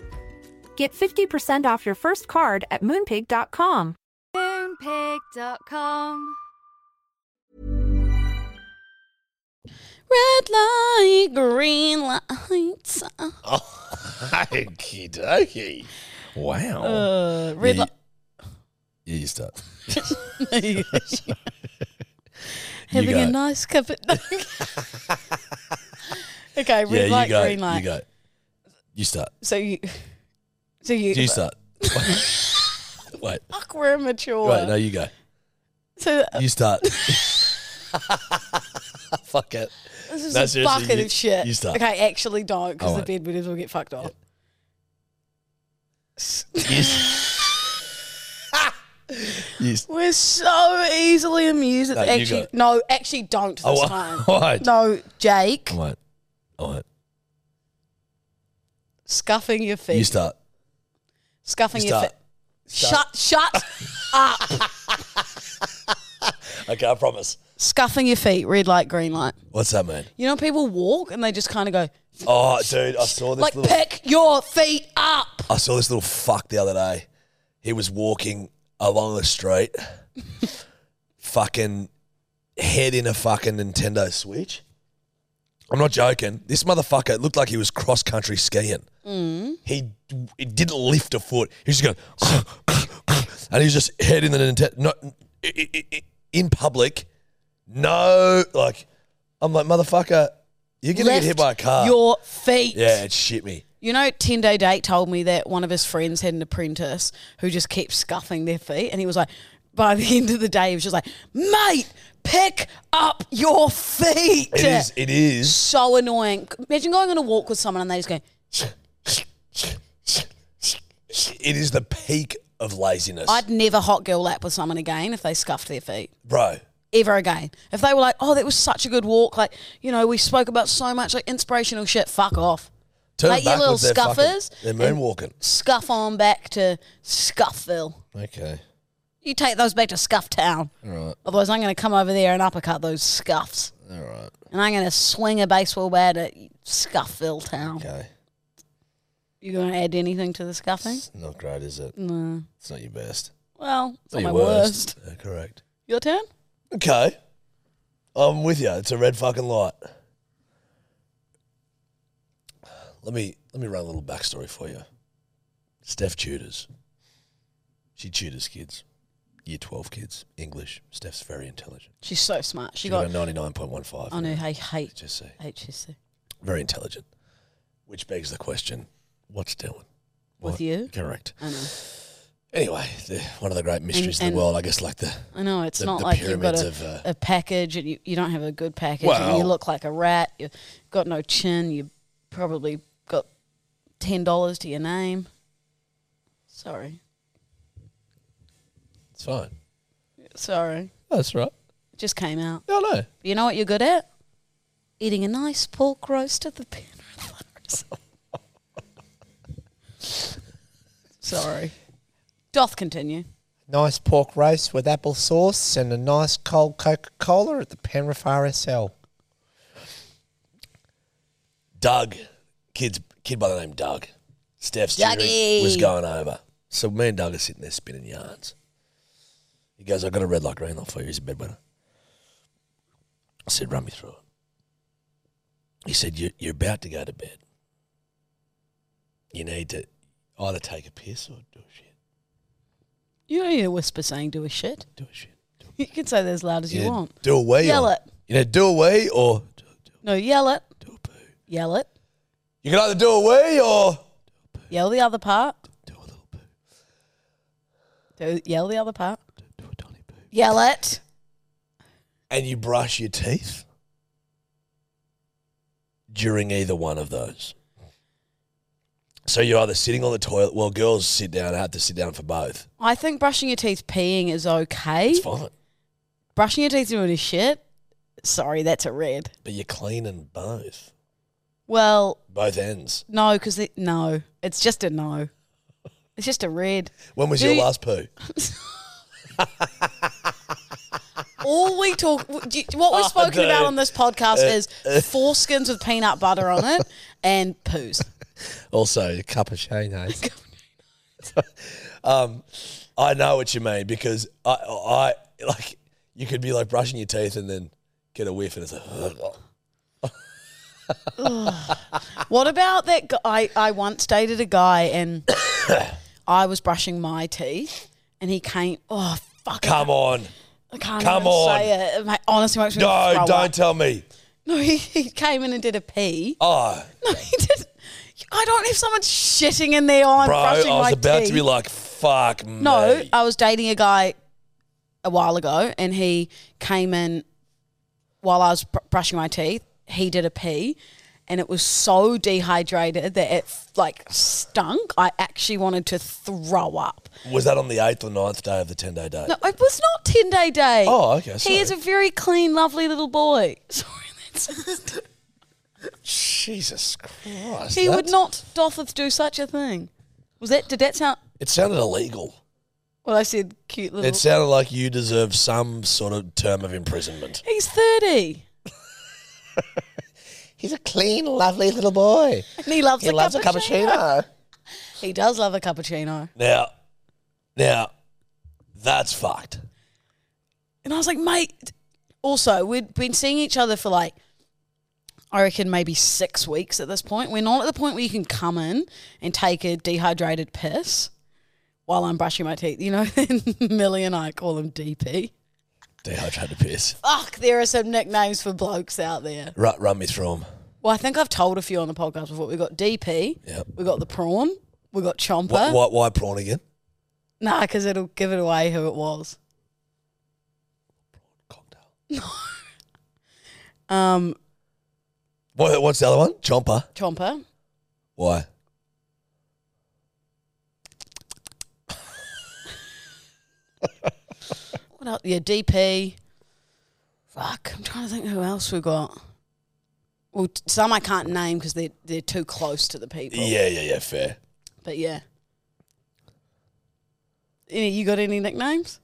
Speaker 7: Get 50% off your first card at moonpig.com.
Speaker 5: Moonpig.com.
Speaker 2: Red light, green lights.
Speaker 3: Okie dokie. Wow.
Speaker 2: Uh, red
Speaker 3: yeah,
Speaker 2: light.
Speaker 3: you, yeah, you start. You
Speaker 2: Having
Speaker 3: go.
Speaker 2: a nice cup of. okay, red
Speaker 3: yeah,
Speaker 2: light,
Speaker 3: you go.
Speaker 2: green light.
Speaker 3: You go. You start.
Speaker 2: So you, so you.
Speaker 3: You start. Wait.
Speaker 2: Fuck, we're immature.
Speaker 3: Wait, no, you go.
Speaker 2: so uh,
Speaker 3: You start. Fuck it.
Speaker 2: this is
Speaker 3: no,
Speaker 2: a
Speaker 3: seriously,
Speaker 2: bucket
Speaker 3: you-
Speaker 2: of shit.
Speaker 3: you start.
Speaker 2: Okay, actually don't, because the
Speaker 3: Alright.
Speaker 2: bed will get fucked off.
Speaker 3: You, s- you s-
Speaker 2: We're so easily amused. at
Speaker 3: No,
Speaker 2: the-
Speaker 3: you
Speaker 2: actually,
Speaker 3: go.
Speaker 2: no, actually don't this
Speaker 3: Oh, wha-
Speaker 2: time.
Speaker 3: what?
Speaker 2: No, Jake,
Speaker 3: I won't. I won't.
Speaker 2: scuffing your feet.
Speaker 3: You start.
Speaker 2: Scuffing
Speaker 3: You
Speaker 2: your
Speaker 3: start.
Speaker 2: feet. Shut, shut up.
Speaker 3: Okay, I promise.
Speaker 2: Scuffing your feet. Red light, green light.
Speaker 3: What's that mean?
Speaker 2: You know, people walk and they just kind of go,
Speaker 3: Oh, dude, I saw this
Speaker 2: like,
Speaker 3: little.
Speaker 2: pick your feet up.
Speaker 3: I saw this little fuck the other day. He was walking along the street, fucking head in a fucking Nintendo Switch. I'm not joking. This motherfucker looked like he was cross country skiing. He, he didn't lift a foot. He was just going, and he was just head in the Nintendo. Not i- i- i- in public. No, like I'm like motherfucker. You're gonna get hit
Speaker 2: Lift
Speaker 3: by a car.
Speaker 2: Your feet.
Speaker 3: yeah, it shit me.
Speaker 2: You know, 10 Day Date told me that one of his friends had an apprentice who just kept scuffing their feet. And he was like, by the end of the day, he was just like, mate, pick up your feet.
Speaker 3: It is. It is.
Speaker 2: So annoying. Imagine going on a walk with someone and they just go,
Speaker 3: It is the peak of laziness,
Speaker 2: I'd never hot girl lap with someone again if they scuffed their feet.
Speaker 3: bro.
Speaker 2: Ever again. If they were like, oh, that was such a good walk. Like, you know, we spoke about so much like inspirational shit. Fuck off.
Speaker 3: Turn
Speaker 2: Like
Speaker 3: it
Speaker 2: your little
Speaker 3: backwards, they're fucking-
Speaker 2: scuffers
Speaker 3: They're moonwalking.
Speaker 2: Scuff on back to Scuffville.
Speaker 3: Okay,
Speaker 2: You take those back to Scuff Town.
Speaker 3: Right.
Speaker 2: Otherwise, I'm going to come over there and uppercut those scuffs.
Speaker 3: all right,
Speaker 2: And I'm going to swing a baseball bat at Scuffville Town.
Speaker 3: okay.
Speaker 2: You going to add anything to the scuffing?
Speaker 3: It's not great, is it?
Speaker 2: No.
Speaker 3: It's not your best.
Speaker 2: Well, it's not
Speaker 3: your
Speaker 2: my worst.
Speaker 3: Yeah, correct.
Speaker 2: Your turn?
Speaker 3: Okay, I'm with you. It's a red fucking light. Let me let me run a little backstory for you. Steph tutors. She tutors kids, year twelve kids, English. Steph's very intelligent.
Speaker 2: She's so smart. She,
Speaker 3: She
Speaker 2: got,
Speaker 3: got a ninety nine point one five.
Speaker 2: I know, I hate
Speaker 3: Just say.
Speaker 2: HSC.
Speaker 3: very intelligent, which begs the question: What's Dylan
Speaker 2: With you?
Speaker 3: Correct.
Speaker 2: I know.
Speaker 3: Anyway, the, one of the great mysteries of
Speaker 2: and-
Speaker 3: the world, I guess. Like the
Speaker 2: I know, it's
Speaker 3: The-
Speaker 2: not
Speaker 3: the
Speaker 2: like you've got
Speaker 3: pyramids
Speaker 2: a,
Speaker 3: of, uh,
Speaker 2: a package and you, you don't have a good package and you
Speaker 3: Well-
Speaker 2: look like a rat. You've got no chin. you probably got $10 to your name. Sorry.
Speaker 3: it's fine.
Speaker 2: Sorry.
Speaker 8: That's right.
Speaker 2: It just came out.
Speaker 8: I know.
Speaker 2: You know what you're good at? Eating a nice pork roast at the Penrith Sorry. Doth continue.
Speaker 4: Nice pork roast with apple sauce and a nice cold Coca Cola at the Penrith RSL.
Speaker 3: Doug, kid's kid by the name Doug, Steph's jury
Speaker 2: Dougie.
Speaker 3: was going over. So me and Doug are sitting there spinning yarns. He goes, I've got a red light Randolph for you. He's a bedwetter. I said, run me through it. He said, you're, you're about to go to bed. You need to either take a piss or do a shit.
Speaker 2: You don't need to whisper saying do a shit.
Speaker 3: Do a shit.
Speaker 2: You can say that as loud as you
Speaker 3: Yeah,
Speaker 2: want.
Speaker 3: Do a wee.
Speaker 2: Yell
Speaker 3: or,
Speaker 2: it.
Speaker 3: You know, do a wee or
Speaker 2: No, yell it. Do a poo. Yell it.
Speaker 3: you can either do a wee or
Speaker 2: Yell the other part. Do a little poo. Do, yell the other part. Do, a tiny poo. Yell it.
Speaker 3: and you brush your teeth during either one of those. So you're either sitting on the toilet. Well, girls sit down. I have to sit down for both.
Speaker 2: I think brushing your teeth peeing is okay.
Speaker 3: It's fine,
Speaker 2: Brushing your teeth doing a shit. Sorry, that's a red.
Speaker 3: but you're cleaning both,
Speaker 2: Well,
Speaker 3: both ends.
Speaker 2: no, because no, it's just a no. It's just a red.
Speaker 3: When was
Speaker 2: Do
Speaker 3: your
Speaker 2: you-
Speaker 3: last poo?
Speaker 2: All we talk, do you- what we've
Speaker 3: Oh,
Speaker 2: spoken about
Speaker 3: dude.
Speaker 2: on this podcast
Speaker 3: Uh,
Speaker 2: is foreskins with peanut butter on it and poos.
Speaker 3: Also, a cup of Shane um, I know what you mean because I, I like you could be like brushing your teeth and then get a whiff and it's like.
Speaker 2: What about that guy? I, I once dated a guy and I was brushing my teeth and he came, oh, fuck.
Speaker 3: Come on.
Speaker 2: I can't
Speaker 3: Come
Speaker 2: even
Speaker 3: on.
Speaker 2: say it. It ma- honestly makes me
Speaker 3: No,
Speaker 2: throw
Speaker 3: don't
Speaker 2: up.
Speaker 3: tell me.
Speaker 2: No, he, he came in and did a pee.
Speaker 3: Oh,
Speaker 2: No, he did. I don't have someone shitting in there. I'm
Speaker 3: bro, I
Speaker 2: brushing
Speaker 3: was
Speaker 2: my
Speaker 3: about
Speaker 2: teeth.
Speaker 3: to be like, fuck
Speaker 2: No, uh,
Speaker 3: me.
Speaker 2: I was dating a guy a while ago, and he came in while I was br- brushing my teeth. He did a pee, and it was so dehydrated that it like stunk. I actually wanted to throw up.
Speaker 3: Was that on the eighth or ninth day of the 10 day day?
Speaker 2: No, it was not ten day day.
Speaker 3: Oh, okay,
Speaker 2: He
Speaker 3: sorry.
Speaker 2: is a very clean, lovely little boy. Sorry, that's
Speaker 3: Jesus Christ.
Speaker 2: he would
Speaker 3: that-
Speaker 2: not dotheth do such a thing. Was that? Did that sound?
Speaker 3: It sounded illegal.
Speaker 2: Well, I said cute little.
Speaker 3: It sounded like you deserve some sort of term of imprisonment.
Speaker 2: He's thirty.
Speaker 4: He's a clean, lovely little boy.
Speaker 2: And he loves
Speaker 4: He
Speaker 2: a
Speaker 4: loves a
Speaker 2: cappuccino.
Speaker 4: cappuccino.
Speaker 2: He does love a cappuccino.
Speaker 3: Now, now, that's fucked.
Speaker 2: And I was like, mate. Also, we'd been seeing each other for like, I reckon maybe six weeks at this point. We're not at the point where you can come in and take a dehydrated piss while I'm brushing my teeth. You know, Millie and I call him DP.
Speaker 3: Dehydrated piss.
Speaker 2: Fuck, there are some nicknames for blokes out there.
Speaker 3: Right, run me through them.
Speaker 2: Well, I think I've told a few on the podcast before. We got DP.
Speaker 3: Yep.
Speaker 2: We got the prawn. We got Chomper.
Speaker 3: Why, why, why prawn again?
Speaker 2: Nah, because it'll give it away who it was. No. um,
Speaker 3: What, what's the other one? Chomper.
Speaker 2: Chomper.
Speaker 3: Why?
Speaker 2: What else? Yeah, DP. Fuck, I'm trying to think who else we got. Well, t- some I can't name because they're they're too close to the people.
Speaker 3: Yeah, yeah, yeah, fair.
Speaker 2: But yeah. Any, you got any nicknames?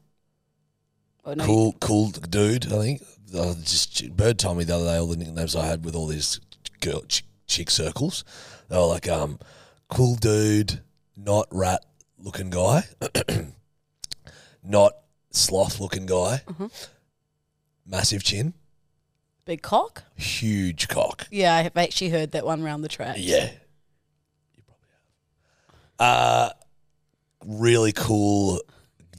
Speaker 2: Oh, no,
Speaker 3: Cool, cool dude, I think. Uh, just Bird told me the other day all the nicknames I had with all these girl, ch- chick circles. They were like, um, cool dude, not rat looking guy, not sloth looking guy, massive chin,
Speaker 2: Big cock.
Speaker 3: huge cock.
Speaker 2: Yeah, I have actually heard that one round the track.
Speaker 3: Yeah. Uh, really cool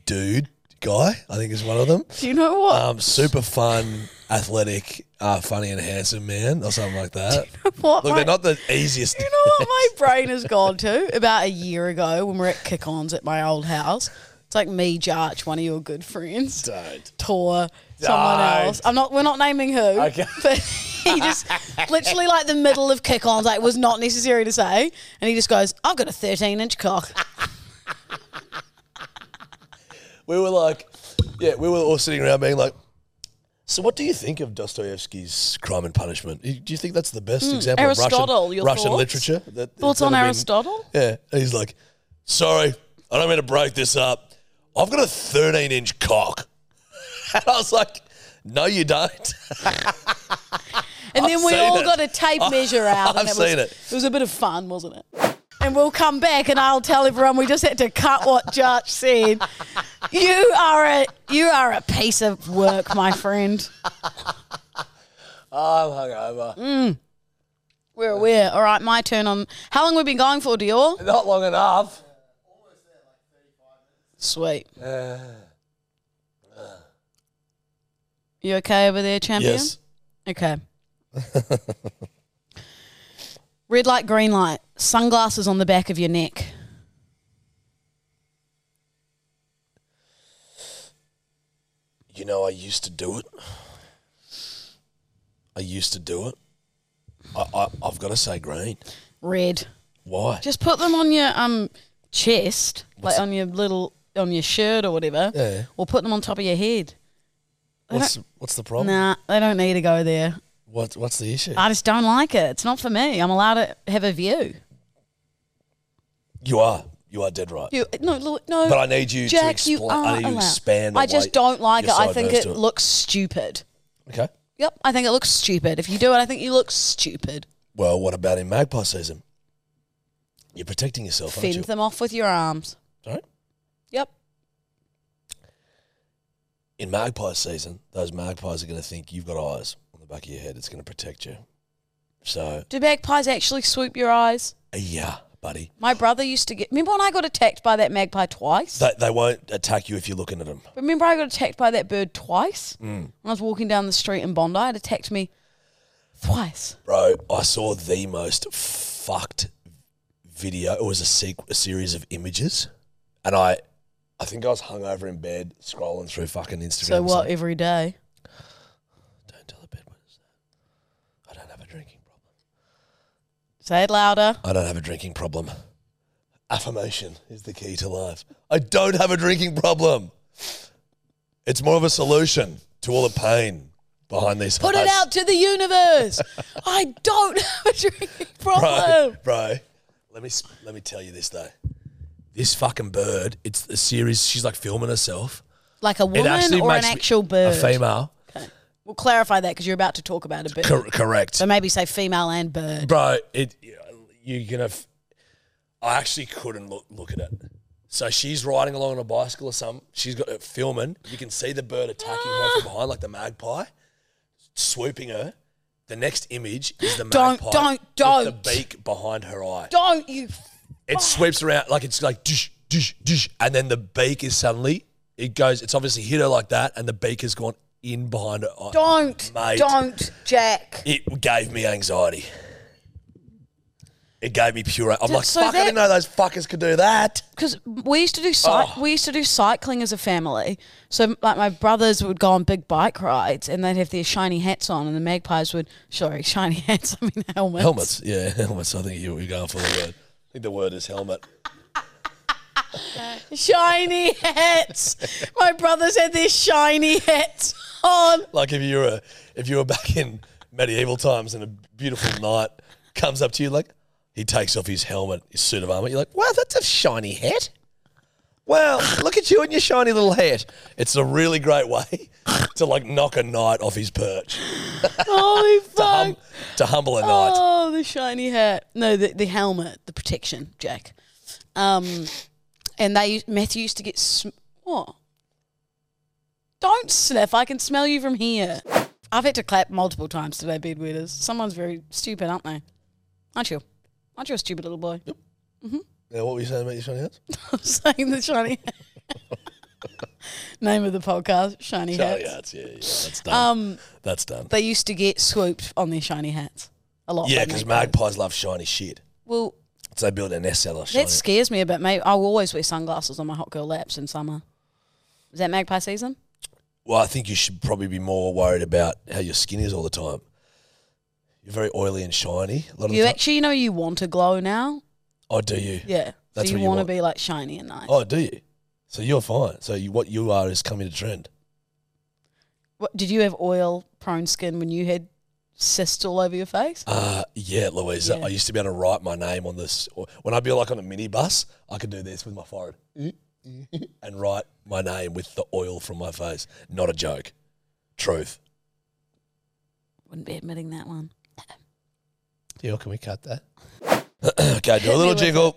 Speaker 3: dude guy, I think is one of them.
Speaker 2: Do you know what?
Speaker 3: Um, super fun, athletic, uh, funny and handsome man, or something like that.
Speaker 2: what
Speaker 3: Look,
Speaker 2: my-
Speaker 3: they're not the easiest.
Speaker 2: Do you know what my brain has gone to? About a year ago, when we we're at Kick-Ons at my old house, it's like me, Jarch, one of your good friends,
Speaker 3: Don't.
Speaker 2: Tor, someone
Speaker 3: Don't.
Speaker 2: else. I'm not. We're not naming who. Okay. But he just literally like the middle of Kick-Ons, like it was not necessary to say, and he just goes, "I've got a 13 inch cock."
Speaker 3: We were like, Yeah, we were all sitting around being like, so what do you think of Dostoevsky's Crime and Punishment? Do you think that's the best
Speaker 2: Hmm,
Speaker 3: example of
Speaker 2: Aristotle,
Speaker 3: Russian,
Speaker 2: your
Speaker 3: Russian
Speaker 2: thoughts?
Speaker 3: literature? That,
Speaker 2: Thoughts
Speaker 3: that's
Speaker 2: on
Speaker 3: ever been-
Speaker 2: Aristotle?
Speaker 3: yeah, and he's like, sorry, I don't mean to break this up. I've got a 13 inch cock. And I was like, no, you don't.
Speaker 2: And
Speaker 3: I've
Speaker 2: then we
Speaker 3: seen
Speaker 2: all
Speaker 3: it.
Speaker 2: got a tape
Speaker 3: I-
Speaker 2: measure out. and
Speaker 3: I've
Speaker 2: was,
Speaker 3: seen it.
Speaker 2: was a bit of fun, wasn't it? And we'll come back and I'll tell everyone we just had to cut what Judge said. You are a you are a piece of work, my friend.
Speaker 6: Oh, I'm hungover.
Speaker 2: Mm. We're aware. All right, my turn on. How long we been going for, Dior?
Speaker 6: Not long enough.
Speaker 2: Sweet. You okay over there, champion?
Speaker 3: Yes.
Speaker 2: Okay. Red light, green light. Sunglasses on the back of your neck.
Speaker 3: You know, I used to do it. I used to do it. I, I, I've got to say green.
Speaker 2: Red.
Speaker 3: Why?
Speaker 2: Just put them on your um chest, like on your little on your shirt or whatever.
Speaker 3: Yeah.
Speaker 2: Or put them on top of your head. They
Speaker 3: What's,
Speaker 2: don't-
Speaker 3: what's the problem?
Speaker 2: Nah, they don't need to go there.
Speaker 3: What, what's the issue?
Speaker 2: I just don't like it. It's not for me. I'm allowed to have a view.
Speaker 3: you are. You are dead right.
Speaker 2: You, no, look, no.
Speaker 3: But I need you to
Speaker 2: Jack, You
Speaker 3: expla- I
Speaker 2: are
Speaker 3: need you to
Speaker 2: allowed.
Speaker 3: expand on
Speaker 2: I just
Speaker 3: why
Speaker 2: don't like it.
Speaker 3: your
Speaker 2: I
Speaker 3: side
Speaker 2: think
Speaker 3: goes
Speaker 2: it,
Speaker 3: to it.
Speaker 2: looks stupid.
Speaker 3: Okay.
Speaker 2: Yep, I think it looks stupid. If you do it, I think you look stupid.
Speaker 3: Well, what about in magpie season? You're protecting yourself, aren't you?
Speaker 2: Fend them off with your arms.
Speaker 3: Sorry?
Speaker 2: Yep.
Speaker 3: In magpie season, those magpies are going to think you've got eyes on the back of your head. It's going to protect you. So,
Speaker 2: Do magpies actually swoop your eyes?
Speaker 3: yeah, buddy.
Speaker 2: My brother used to get. Remember when I got attacked by that magpie twice?
Speaker 3: They, they won't attack you if you're looking at them.
Speaker 2: Remember I got attacked by that bird twice?
Speaker 3: Mm.
Speaker 2: When I was walking down the street in Bondi, it attacked me twice.
Speaker 3: Bro, I saw the most fucked video. It was a, sequ- a series of images, and I, I think I was hungover in bed scrolling through fucking Instagram.
Speaker 2: So
Speaker 3: or
Speaker 2: what,
Speaker 3: something.
Speaker 2: every day? Say it louder.
Speaker 3: I don't have a drinking problem. Affirmation is the key to life. I don't have a drinking problem. It's more of a solution to all the pain behind these.
Speaker 2: Put it
Speaker 3: eyes.
Speaker 2: out to the universe. I don't have a drinking problem.
Speaker 3: Bro, bro, let me sp- let me tell you this though. This fucking bird. It's a series. She's like filming herself.
Speaker 2: Like a
Speaker 3: It actually
Speaker 2: woman or an
Speaker 3: makes me-
Speaker 2: actual bird?
Speaker 3: A female.
Speaker 2: We'll clarify that because you're about to talk about a bird.
Speaker 3: Cor- correct.
Speaker 2: So maybe say female and bird.
Speaker 3: Bro, it you're gonna. F- I actually couldn't look look at it. So she's riding along on a bicycle or something. She's got it filming. You can see the bird attacking her from behind, like the magpie, swooping her. The next image is the
Speaker 2: Don't,
Speaker 3: magpie
Speaker 2: don't,
Speaker 3: with the beak behind her eye.
Speaker 2: Don't you?
Speaker 3: It sweeps around like it's like dish, dish, dish, and then the beak is suddenly it goes. It's obviously hit her like that, and the beak has gone in behind her eye.
Speaker 2: Don't,
Speaker 3: Mate.
Speaker 2: don't, Jack.
Speaker 3: It gave me anxiety. It gave me pure. I'm
Speaker 2: D-
Speaker 3: like,
Speaker 2: so
Speaker 3: fuck! I
Speaker 2: that-
Speaker 3: didn't know those fuckers could do that.
Speaker 2: Because we used to do cy- we used to do cycling as a family. So like my brothers would go on big bike rides, and they'd have their shiny hats on, and the magpies would sorry shiny hats. I mean helmets.
Speaker 3: Helmets, yeah, helmets. I think you were going for the word. I think the word is helmet.
Speaker 2: Shiny hats. my brothers had their shiny hats on.
Speaker 3: Like if you were if you were back in medieval times and a beautiful knight comes up to you, like he takes off his helmet, his suit of armor. You're like, wow, that's a shiny hat. Well, look at you and your shiny little hat. It's a really great way to like knock a knight off his perch,
Speaker 2: Holy fuck!
Speaker 3: to humble a knight.
Speaker 2: Oh, the shiny hat. No, the, the helmet, the protection, Jack. Um, and they Matthew used to get sm- what? Don't sniff. I can smell you from here. I've had to clap multiple times today, bedwetters. Someone's very stupid, aren't they? Aren't you? Aren't you a stupid little boy?
Speaker 3: Now, what were you saying about your shiny hats?
Speaker 2: I'm saying the shiny hat. Name of the podcast: Shiny,
Speaker 3: Shiny
Speaker 2: Hats.
Speaker 3: hats, yeah, yeah, that's done.
Speaker 2: Um,
Speaker 3: that's done.
Speaker 2: they used to get swooped on their shiny hats a lot.
Speaker 3: Yeah,
Speaker 2: by
Speaker 3: because
Speaker 2: magpies.
Speaker 3: magpies love shiny shit.
Speaker 2: Well,
Speaker 3: So they build their nest out of shiny.
Speaker 2: That scares me a bit, mate. I'll always wear sunglasses on my hot girl laps in summer. Is that magpie season?
Speaker 3: Well, I think you should probably be more worried about how your skin is all the time. You're very oily and shiny. A lot of
Speaker 2: You
Speaker 3: the time.
Speaker 2: actually, you know, you want to glow now.
Speaker 3: Oh, do you?
Speaker 2: Yeah.
Speaker 3: That's
Speaker 2: so
Speaker 3: what
Speaker 2: you
Speaker 3: you
Speaker 2: want to
Speaker 3: want.
Speaker 2: be like shiny and nice.
Speaker 3: Oh, do you? So you're fine. So you, what you are is coming to trend.
Speaker 2: What, did you have oil prone skin when you had cysts all over your face?
Speaker 3: Uh, yeah, Louisa,
Speaker 2: Yeah.
Speaker 3: I used to be able to write my name on this. When I'd be like on a minibus, I could do this with my forehead and write my name with the oil from my face. Not a joke. Truth.
Speaker 2: Wouldn't be admitting that one.
Speaker 3: Deal, can we cut that? okay, do a little
Speaker 2: with it.
Speaker 3: jiggle.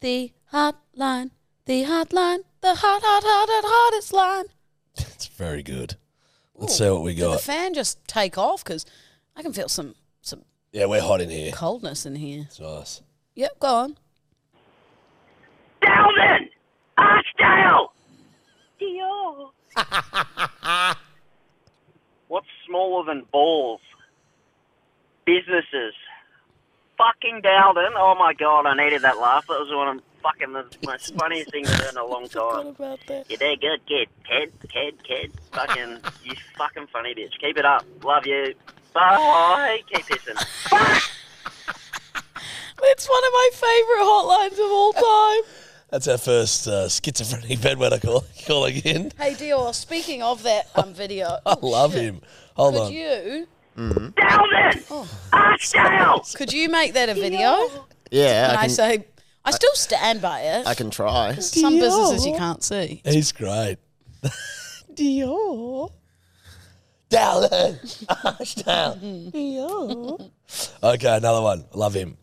Speaker 2: The hotline, the hotline, the hot, hot, hot, hot, hottest line.
Speaker 3: It's very good. Let's
Speaker 2: Ooh,
Speaker 3: see what we
Speaker 2: Did the
Speaker 3: got.
Speaker 2: fan just take off? Because I can feel some some
Speaker 3: Yeah, we're hot in here.
Speaker 2: coldness in here.
Speaker 3: It's nice.
Speaker 2: Yep, go on.
Speaker 8: Dalvin! Archdale! Dior! What's smaller than balls? Businesses. Fucking Dowden. Oh my god, I needed that laugh. That was one of fucking the most funniest things I've done in a long time.
Speaker 2: about that.
Speaker 8: You did good, kid. Kid, kid, kid. Fucking, you fucking funny bitch. Keep it up. Love you. Bye. Keep pissing.
Speaker 2: It's one of my favourite hotlines of all time.
Speaker 3: That's our first uh, schizophrenic bedwetter call, calling in.
Speaker 2: hey Dior, speaking of that um, video,
Speaker 3: I love him. Hold
Speaker 2: could
Speaker 3: on.
Speaker 2: you
Speaker 6: Mm-hmm.
Speaker 8: Dalvin! Archdale!
Speaker 2: could you make that a video?
Speaker 6: Yeah,
Speaker 2: and
Speaker 6: I
Speaker 2: I
Speaker 6: can,
Speaker 2: say I still stand by it.
Speaker 6: I can try.
Speaker 2: Some businesses you can't see.
Speaker 3: He's great.
Speaker 2: Dior.
Speaker 3: Dowland. Ashdown.
Speaker 2: Dior.
Speaker 3: Okay, another one. Love him.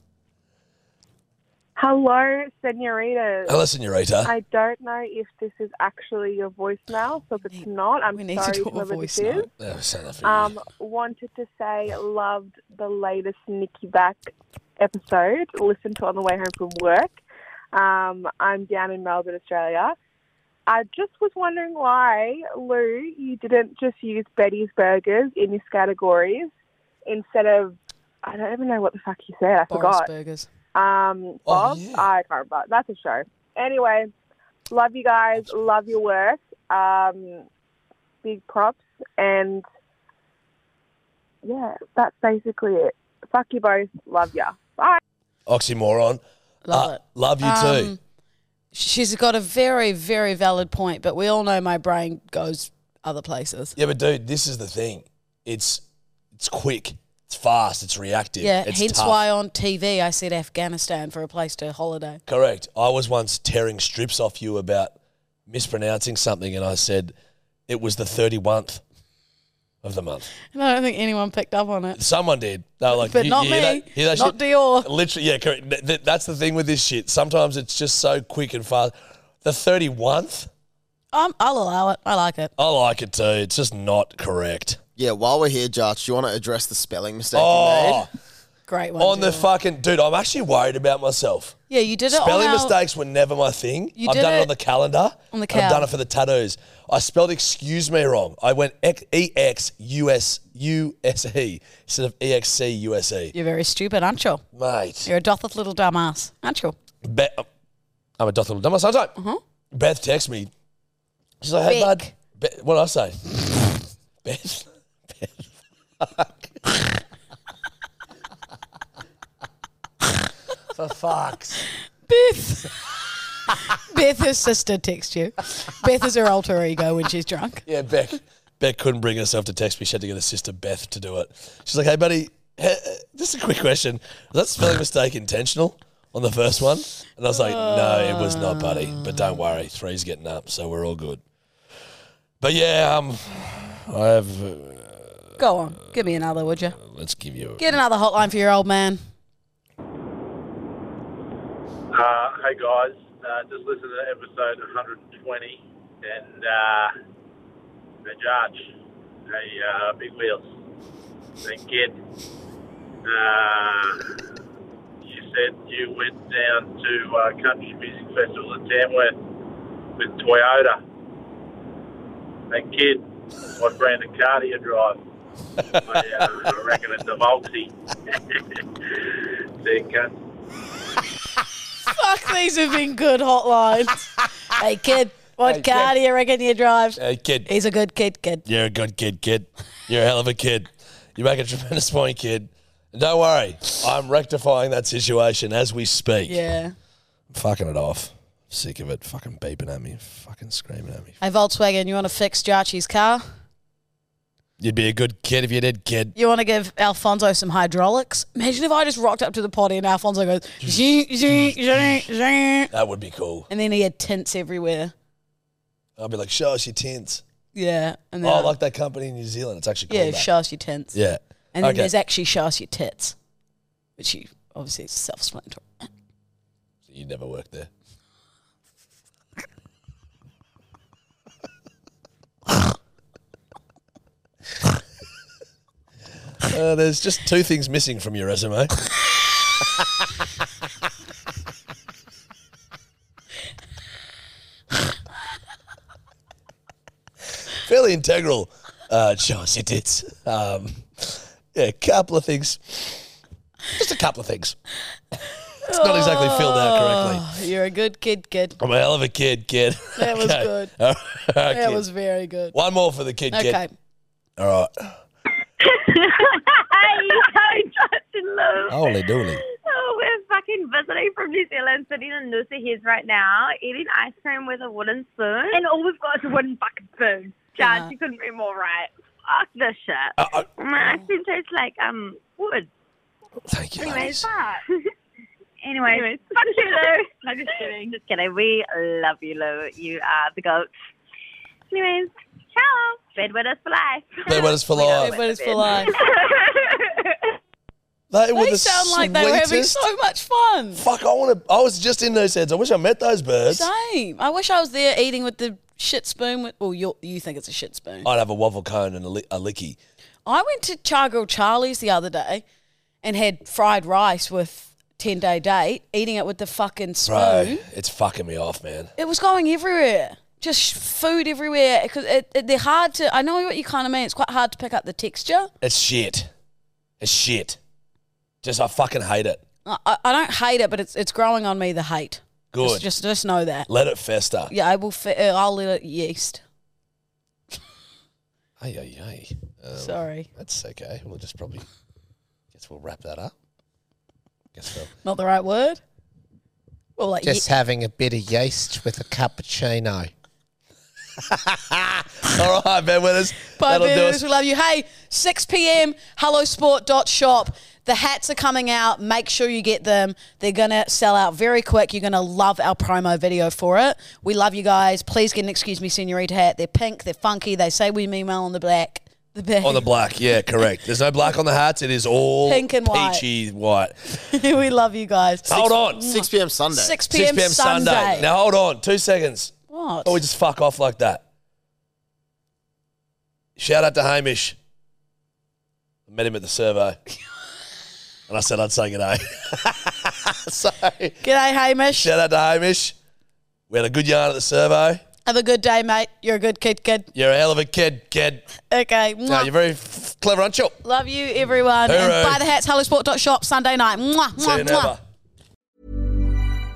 Speaker 9: Hello, senoritas.
Speaker 3: Hello, senorita.
Speaker 9: I don't know if this is actually your voicemail, so if it's not, I'm
Speaker 2: we need to
Speaker 9: sorry
Speaker 2: do a
Speaker 9: whoever this
Speaker 2: voicemail.
Speaker 9: is.
Speaker 3: That was something for you.
Speaker 9: Um, wanted to say, loved the latest Nikki Back episode. Listened to on the way home from work. Um, I'm down in Melbourne, Australia. I just was wondering why, Lou, you didn't just use Betty's Burgers in your categories instead of, I don't even know what the fuck you said. I
Speaker 2: Boris
Speaker 9: forgot.
Speaker 2: Burgers.
Speaker 9: Um, Bob, I can't remember. That's a show. Anyway, love you guys. Love your work. Um, big props. And yeah, that's basically it. Fuck you both. Love ya. Bye.
Speaker 3: Oxymoron.
Speaker 2: Love
Speaker 3: Uh,
Speaker 2: it.
Speaker 3: Love you
Speaker 2: Um,
Speaker 3: too.
Speaker 2: She's got a very, very valid point, but we all know my brain goes other places.
Speaker 3: Yeah, but dude, this is the thing. It's it's quick. It's fast. It's reactive.
Speaker 2: Yeah,
Speaker 3: it's
Speaker 2: hence
Speaker 3: tough.
Speaker 2: why on TV I said Afghanistan for a place to holiday.
Speaker 3: Correct. I was once tearing strips off you about mispronouncing something, and I said it was the 31th of the month.
Speaker 2: And I don't think anyone picked up on it.
Speaker 3: Someone did. They were like,
Speaker 2: But
Speaker 3: you-
Speaker 2: not
Speaker 3: you hear
Speaker 2: me.
Speaker 3: That, hear that
Speaker 2: Not
Speaker 3: shit?
Speaker 2: Dior.
Speaker 3: Literally, yeah, correct. Th- th- that's the thing with this shit. Sometimes it's just so quick and fast. The 31th,
Speaker 2: Um, I'll allow it. I like it.
Speaker 3: I like it too. It's just not correct.
Speaker 6: Yeah, while we're here, Jarch, do you want to address the spelling mistake
Speaker 3: Oh,
Speaker 2: Great one.
Speaker 3: on the
Speaker 2: Dior.
Speaker 3: fucking dude, I'm actually worried about myself.
Speaker 2: yeah, you did it
Speaker 3: Spelling
Speaker 2: on our,
Speaker 3: mistakes were never my thing.
Speaker 2: You
Speaker 3: I've
Speaker 2: did
Speaker 3: done it,
Speaker 2: it
Speaker 3: on the calendar.
Speaker 2: on the
Speaker 3: and I've done
Speaker 2: cal.
Speaker 3: it for the tattoos. I spelled excuse me wrong. I went E X U S U S E instead of E X C U S E.
Speaker 2: You're very stupid, aren't you?
Speaker 3: Mate.
Speaker 2: You're a dotheth little dumbass, aren't you?
Speaker 3: Be- I'm a doth little dumbass. aren't I
Speaker 2: Uh-huh.
Speaker 3: Beth texts me. She's like, hey, bud. Be- what did I say? Beth. Beth. For fucks.
Speaker 2: Beth. Beth, her sister, texts you. Beth is her alter ego when she's drunk.
Speaker 3: Yeah, Beck. Beck couldn't bring herself to text me. She had to get her sister Beth to do it. She's like, hey, buddy, he- uh, just a quick question. Was that spelling mistake intentional on the first one? And I was like, no, it was not, buddy. But don't worry, three's getting up, so we're all good. But yeah, um, I have. Uh,
Speaker 2: Go on, give me another, would you?
Speaker 3: let's give you.
Speaker 2: Get another hotline for your old man.
Speaker 10: Uh, hey guys, uh, just listen to episode 120 and uh, the judge, hey uh, big wheels, the kid. Uh, you said you went down to uh, Country Music Festival in Tamworth with Toyota. That kid, what brand of car do you drive? I, uh, I reckon it's a Multi. See, cunt.
Speaker 2: Fuck, these have been good hotlines. hey, kid, what car do you reckon you drive?
Speaker 3: Hey, kid.
Speaker 2: He's a good kid, kid.
Speaker 3: You're a good kid, kid. You're a hell of a kid. You make a tremendous point, kid. And don't worry, I'm rectifying that situation as we speak.
Speaker 2: Yeah.
Speaker 3: Fucking it off. Sick of it fucking beeping at me, fucking screaming at me.
Speaker 2: Hey, Volkswagen, you want to fix Jarchi's car?
Speaker 3: You'd be a good kid if you did, kid.
Speaker 2: You want to give Alfonso some hydraulics? Imagine if I just rocked up to the potty and Alfonso goes, zing, zing, zing, zing,
Speaker 3: That would be cool.
Speaker 2: and then he had tints everywhere.
Speaker 3: I'd be like, show us your tents.
Speaker 2: Yeah. And
Speaker 3: oh,
Speaker 2: then
Speaker 3: I like that company in New Zealand. It's actually cool.
Speaker 2: Yeah,
Speaker 3: that.
Speaker 2: show us your tints.
Speaker 3: Yeah.
Speaker 2: And then
Speaker 3: Okay.
Speaker 2: there's actually show us your tits, which you obviously is self explanatory.
Speaker 3: You never worked there. Uh, there's just two things missing from your resume. Fairly integral. Uh, show us your tits. Um, yeah, a couple of things. Just a couple of things. It's not exactly filled out correctly.
Speaker 2: You're a good kid, kid.
Speaker 3: I'm a hell of a kid, kid.
Speaker 2: Oh. That was
Speaker 3: Okay.
Speaker 2: good.
Speaker 3: All right,
Speaker 2: That
Speaker 3: kid.
Speaker 2: was very good.
Speaker 3: One more for the kid,
Speaker 2: Okay.
Speaker 3: kid. All right.
Speaker 11: hey, hi, Justin Lou.
Speaker 3: Holy dooly.
Speaker 11: Oh, we're fucking visiting from New Zealand, sitting in Noosa Heads right now, eating ice cream with a wooden spoon. And all we've got is a wooden fucking spoon. Judge,
Speaker 9: Yeah.
Speaker 11: you couldn't be more right. Fuck this shit.
Speaker 3: Uh,
Speaker 11: My ice cream tastes like um wood.
Speaker 3: Thank
Speaker 11: you. Anyways, fuck. Anyways, fuck you, Lou. I'm just kidding. Just kidding. We love you, Lou. You are the goat. Anyways, ciao. Bedwetters for life.
Speaker 3: Bedwetters for life.
Speaker 2: Bedwetters for life.
Speaker 3: They, were
Speaker 2: They
Speaker 3: the
Speaker 2: sound like they were having
Speaker 3: sweetest-
Speaker 2: so much fun.
Speaker 3: Fuck, I want to. I was just in those heads. I wish I met those birds.
Speaker 2: Same. I wish I was there eating with the shit spoon. With, well, you you think it's a shit spoon.
Speaker 3: I'd have a waffle cone and a, li- a licky.
Speaker 2: I went to Char Grill Charlie's the other day and had fried rice with 10 day date, eating it with the fucking spoon.
Speaker 3: Bro, it's fucking me off, man.
Speaker 2: It was going everywhere. Just food everywhere. Because it, it, they're hard to, I know what you kind of mean. It's quite hard to pick up the texture.
Speaker 3: It's shit. It's shit. Just I fucking hate it.
Speaker 2: I, I- I don't hate it, but it's it's growing on me, the hate.
Speaker 3: Good.
Speaker 2: Just, just, just know that.
Speaker 3: Let it fester.
Speaker 2: Yeah, I will, fi- uh, I'll let it yeast.
Speaker 3: Ay, ay, ay. Um,
Speaker 2: Sorry.
Speaker 3: That's okay. We'll just probably. Guess we'll wrap that up. Guess we'll.
Speaker 2: Not the right word? Well, like,
Speaker 12: Just having a bit of yeast with a cappuccino.
Speaker 3: All right, bedwetters.
Speaker 2: Bye,
Speaker 3: That'll do
Speaker 2: Boos.
Speaker 3: us.
Speaker 2: We love you. Hey, 6 p.m. HelloSport.shop. The hats are coming out. Make sure you get them. They're going to sell out very quick. You're going to love our promo video for it. We love you guys. Please get an Excuse Me Senorita hat. They're pink. They're funky. They say we mean well on the black. The back.
Speaker 3: On the black, yeah, correct. There's no black on the hats. It is all
Speaker 2: Pink and white.
Speaker 3: peachy white.
Speaker 2: we love you guys.
Speaker 3: Hold on.
Speaker 2: 6
Speaker 6: p.m. Sunday.
Speaker 2: 6 p.m. Sunday.
Speaker 3: Now hold on, two seconds.
Speaker 2: What?
Speaker 3: Oh, we just fuck off like that. Shout out to Hamish. I met him at the servo, and I said I'd say g'day. so
Speaker 2: G'day, Hamish.
Speaker 3: Shout out to Hamish. We had a good yarn at the servo.
Speaker 2: Have a good day, mate. You're a good kid, kid.
Speaker 3: You're a hell of a kid, kid.
Speaker 2: Okay.
Speaker 3: No,
Speaker 2: mwah.
Speaker 3: you're very f- clever on chill.
Speaker 2: Love you, everyone.
Speaker 3: Hooroo.
Speaker 2: And buy the hats, hellosport.shop, Sunday night. Mwah,
Speaker 3: See you
Speaker 2: mwah, mwah.
Speaker 3: never.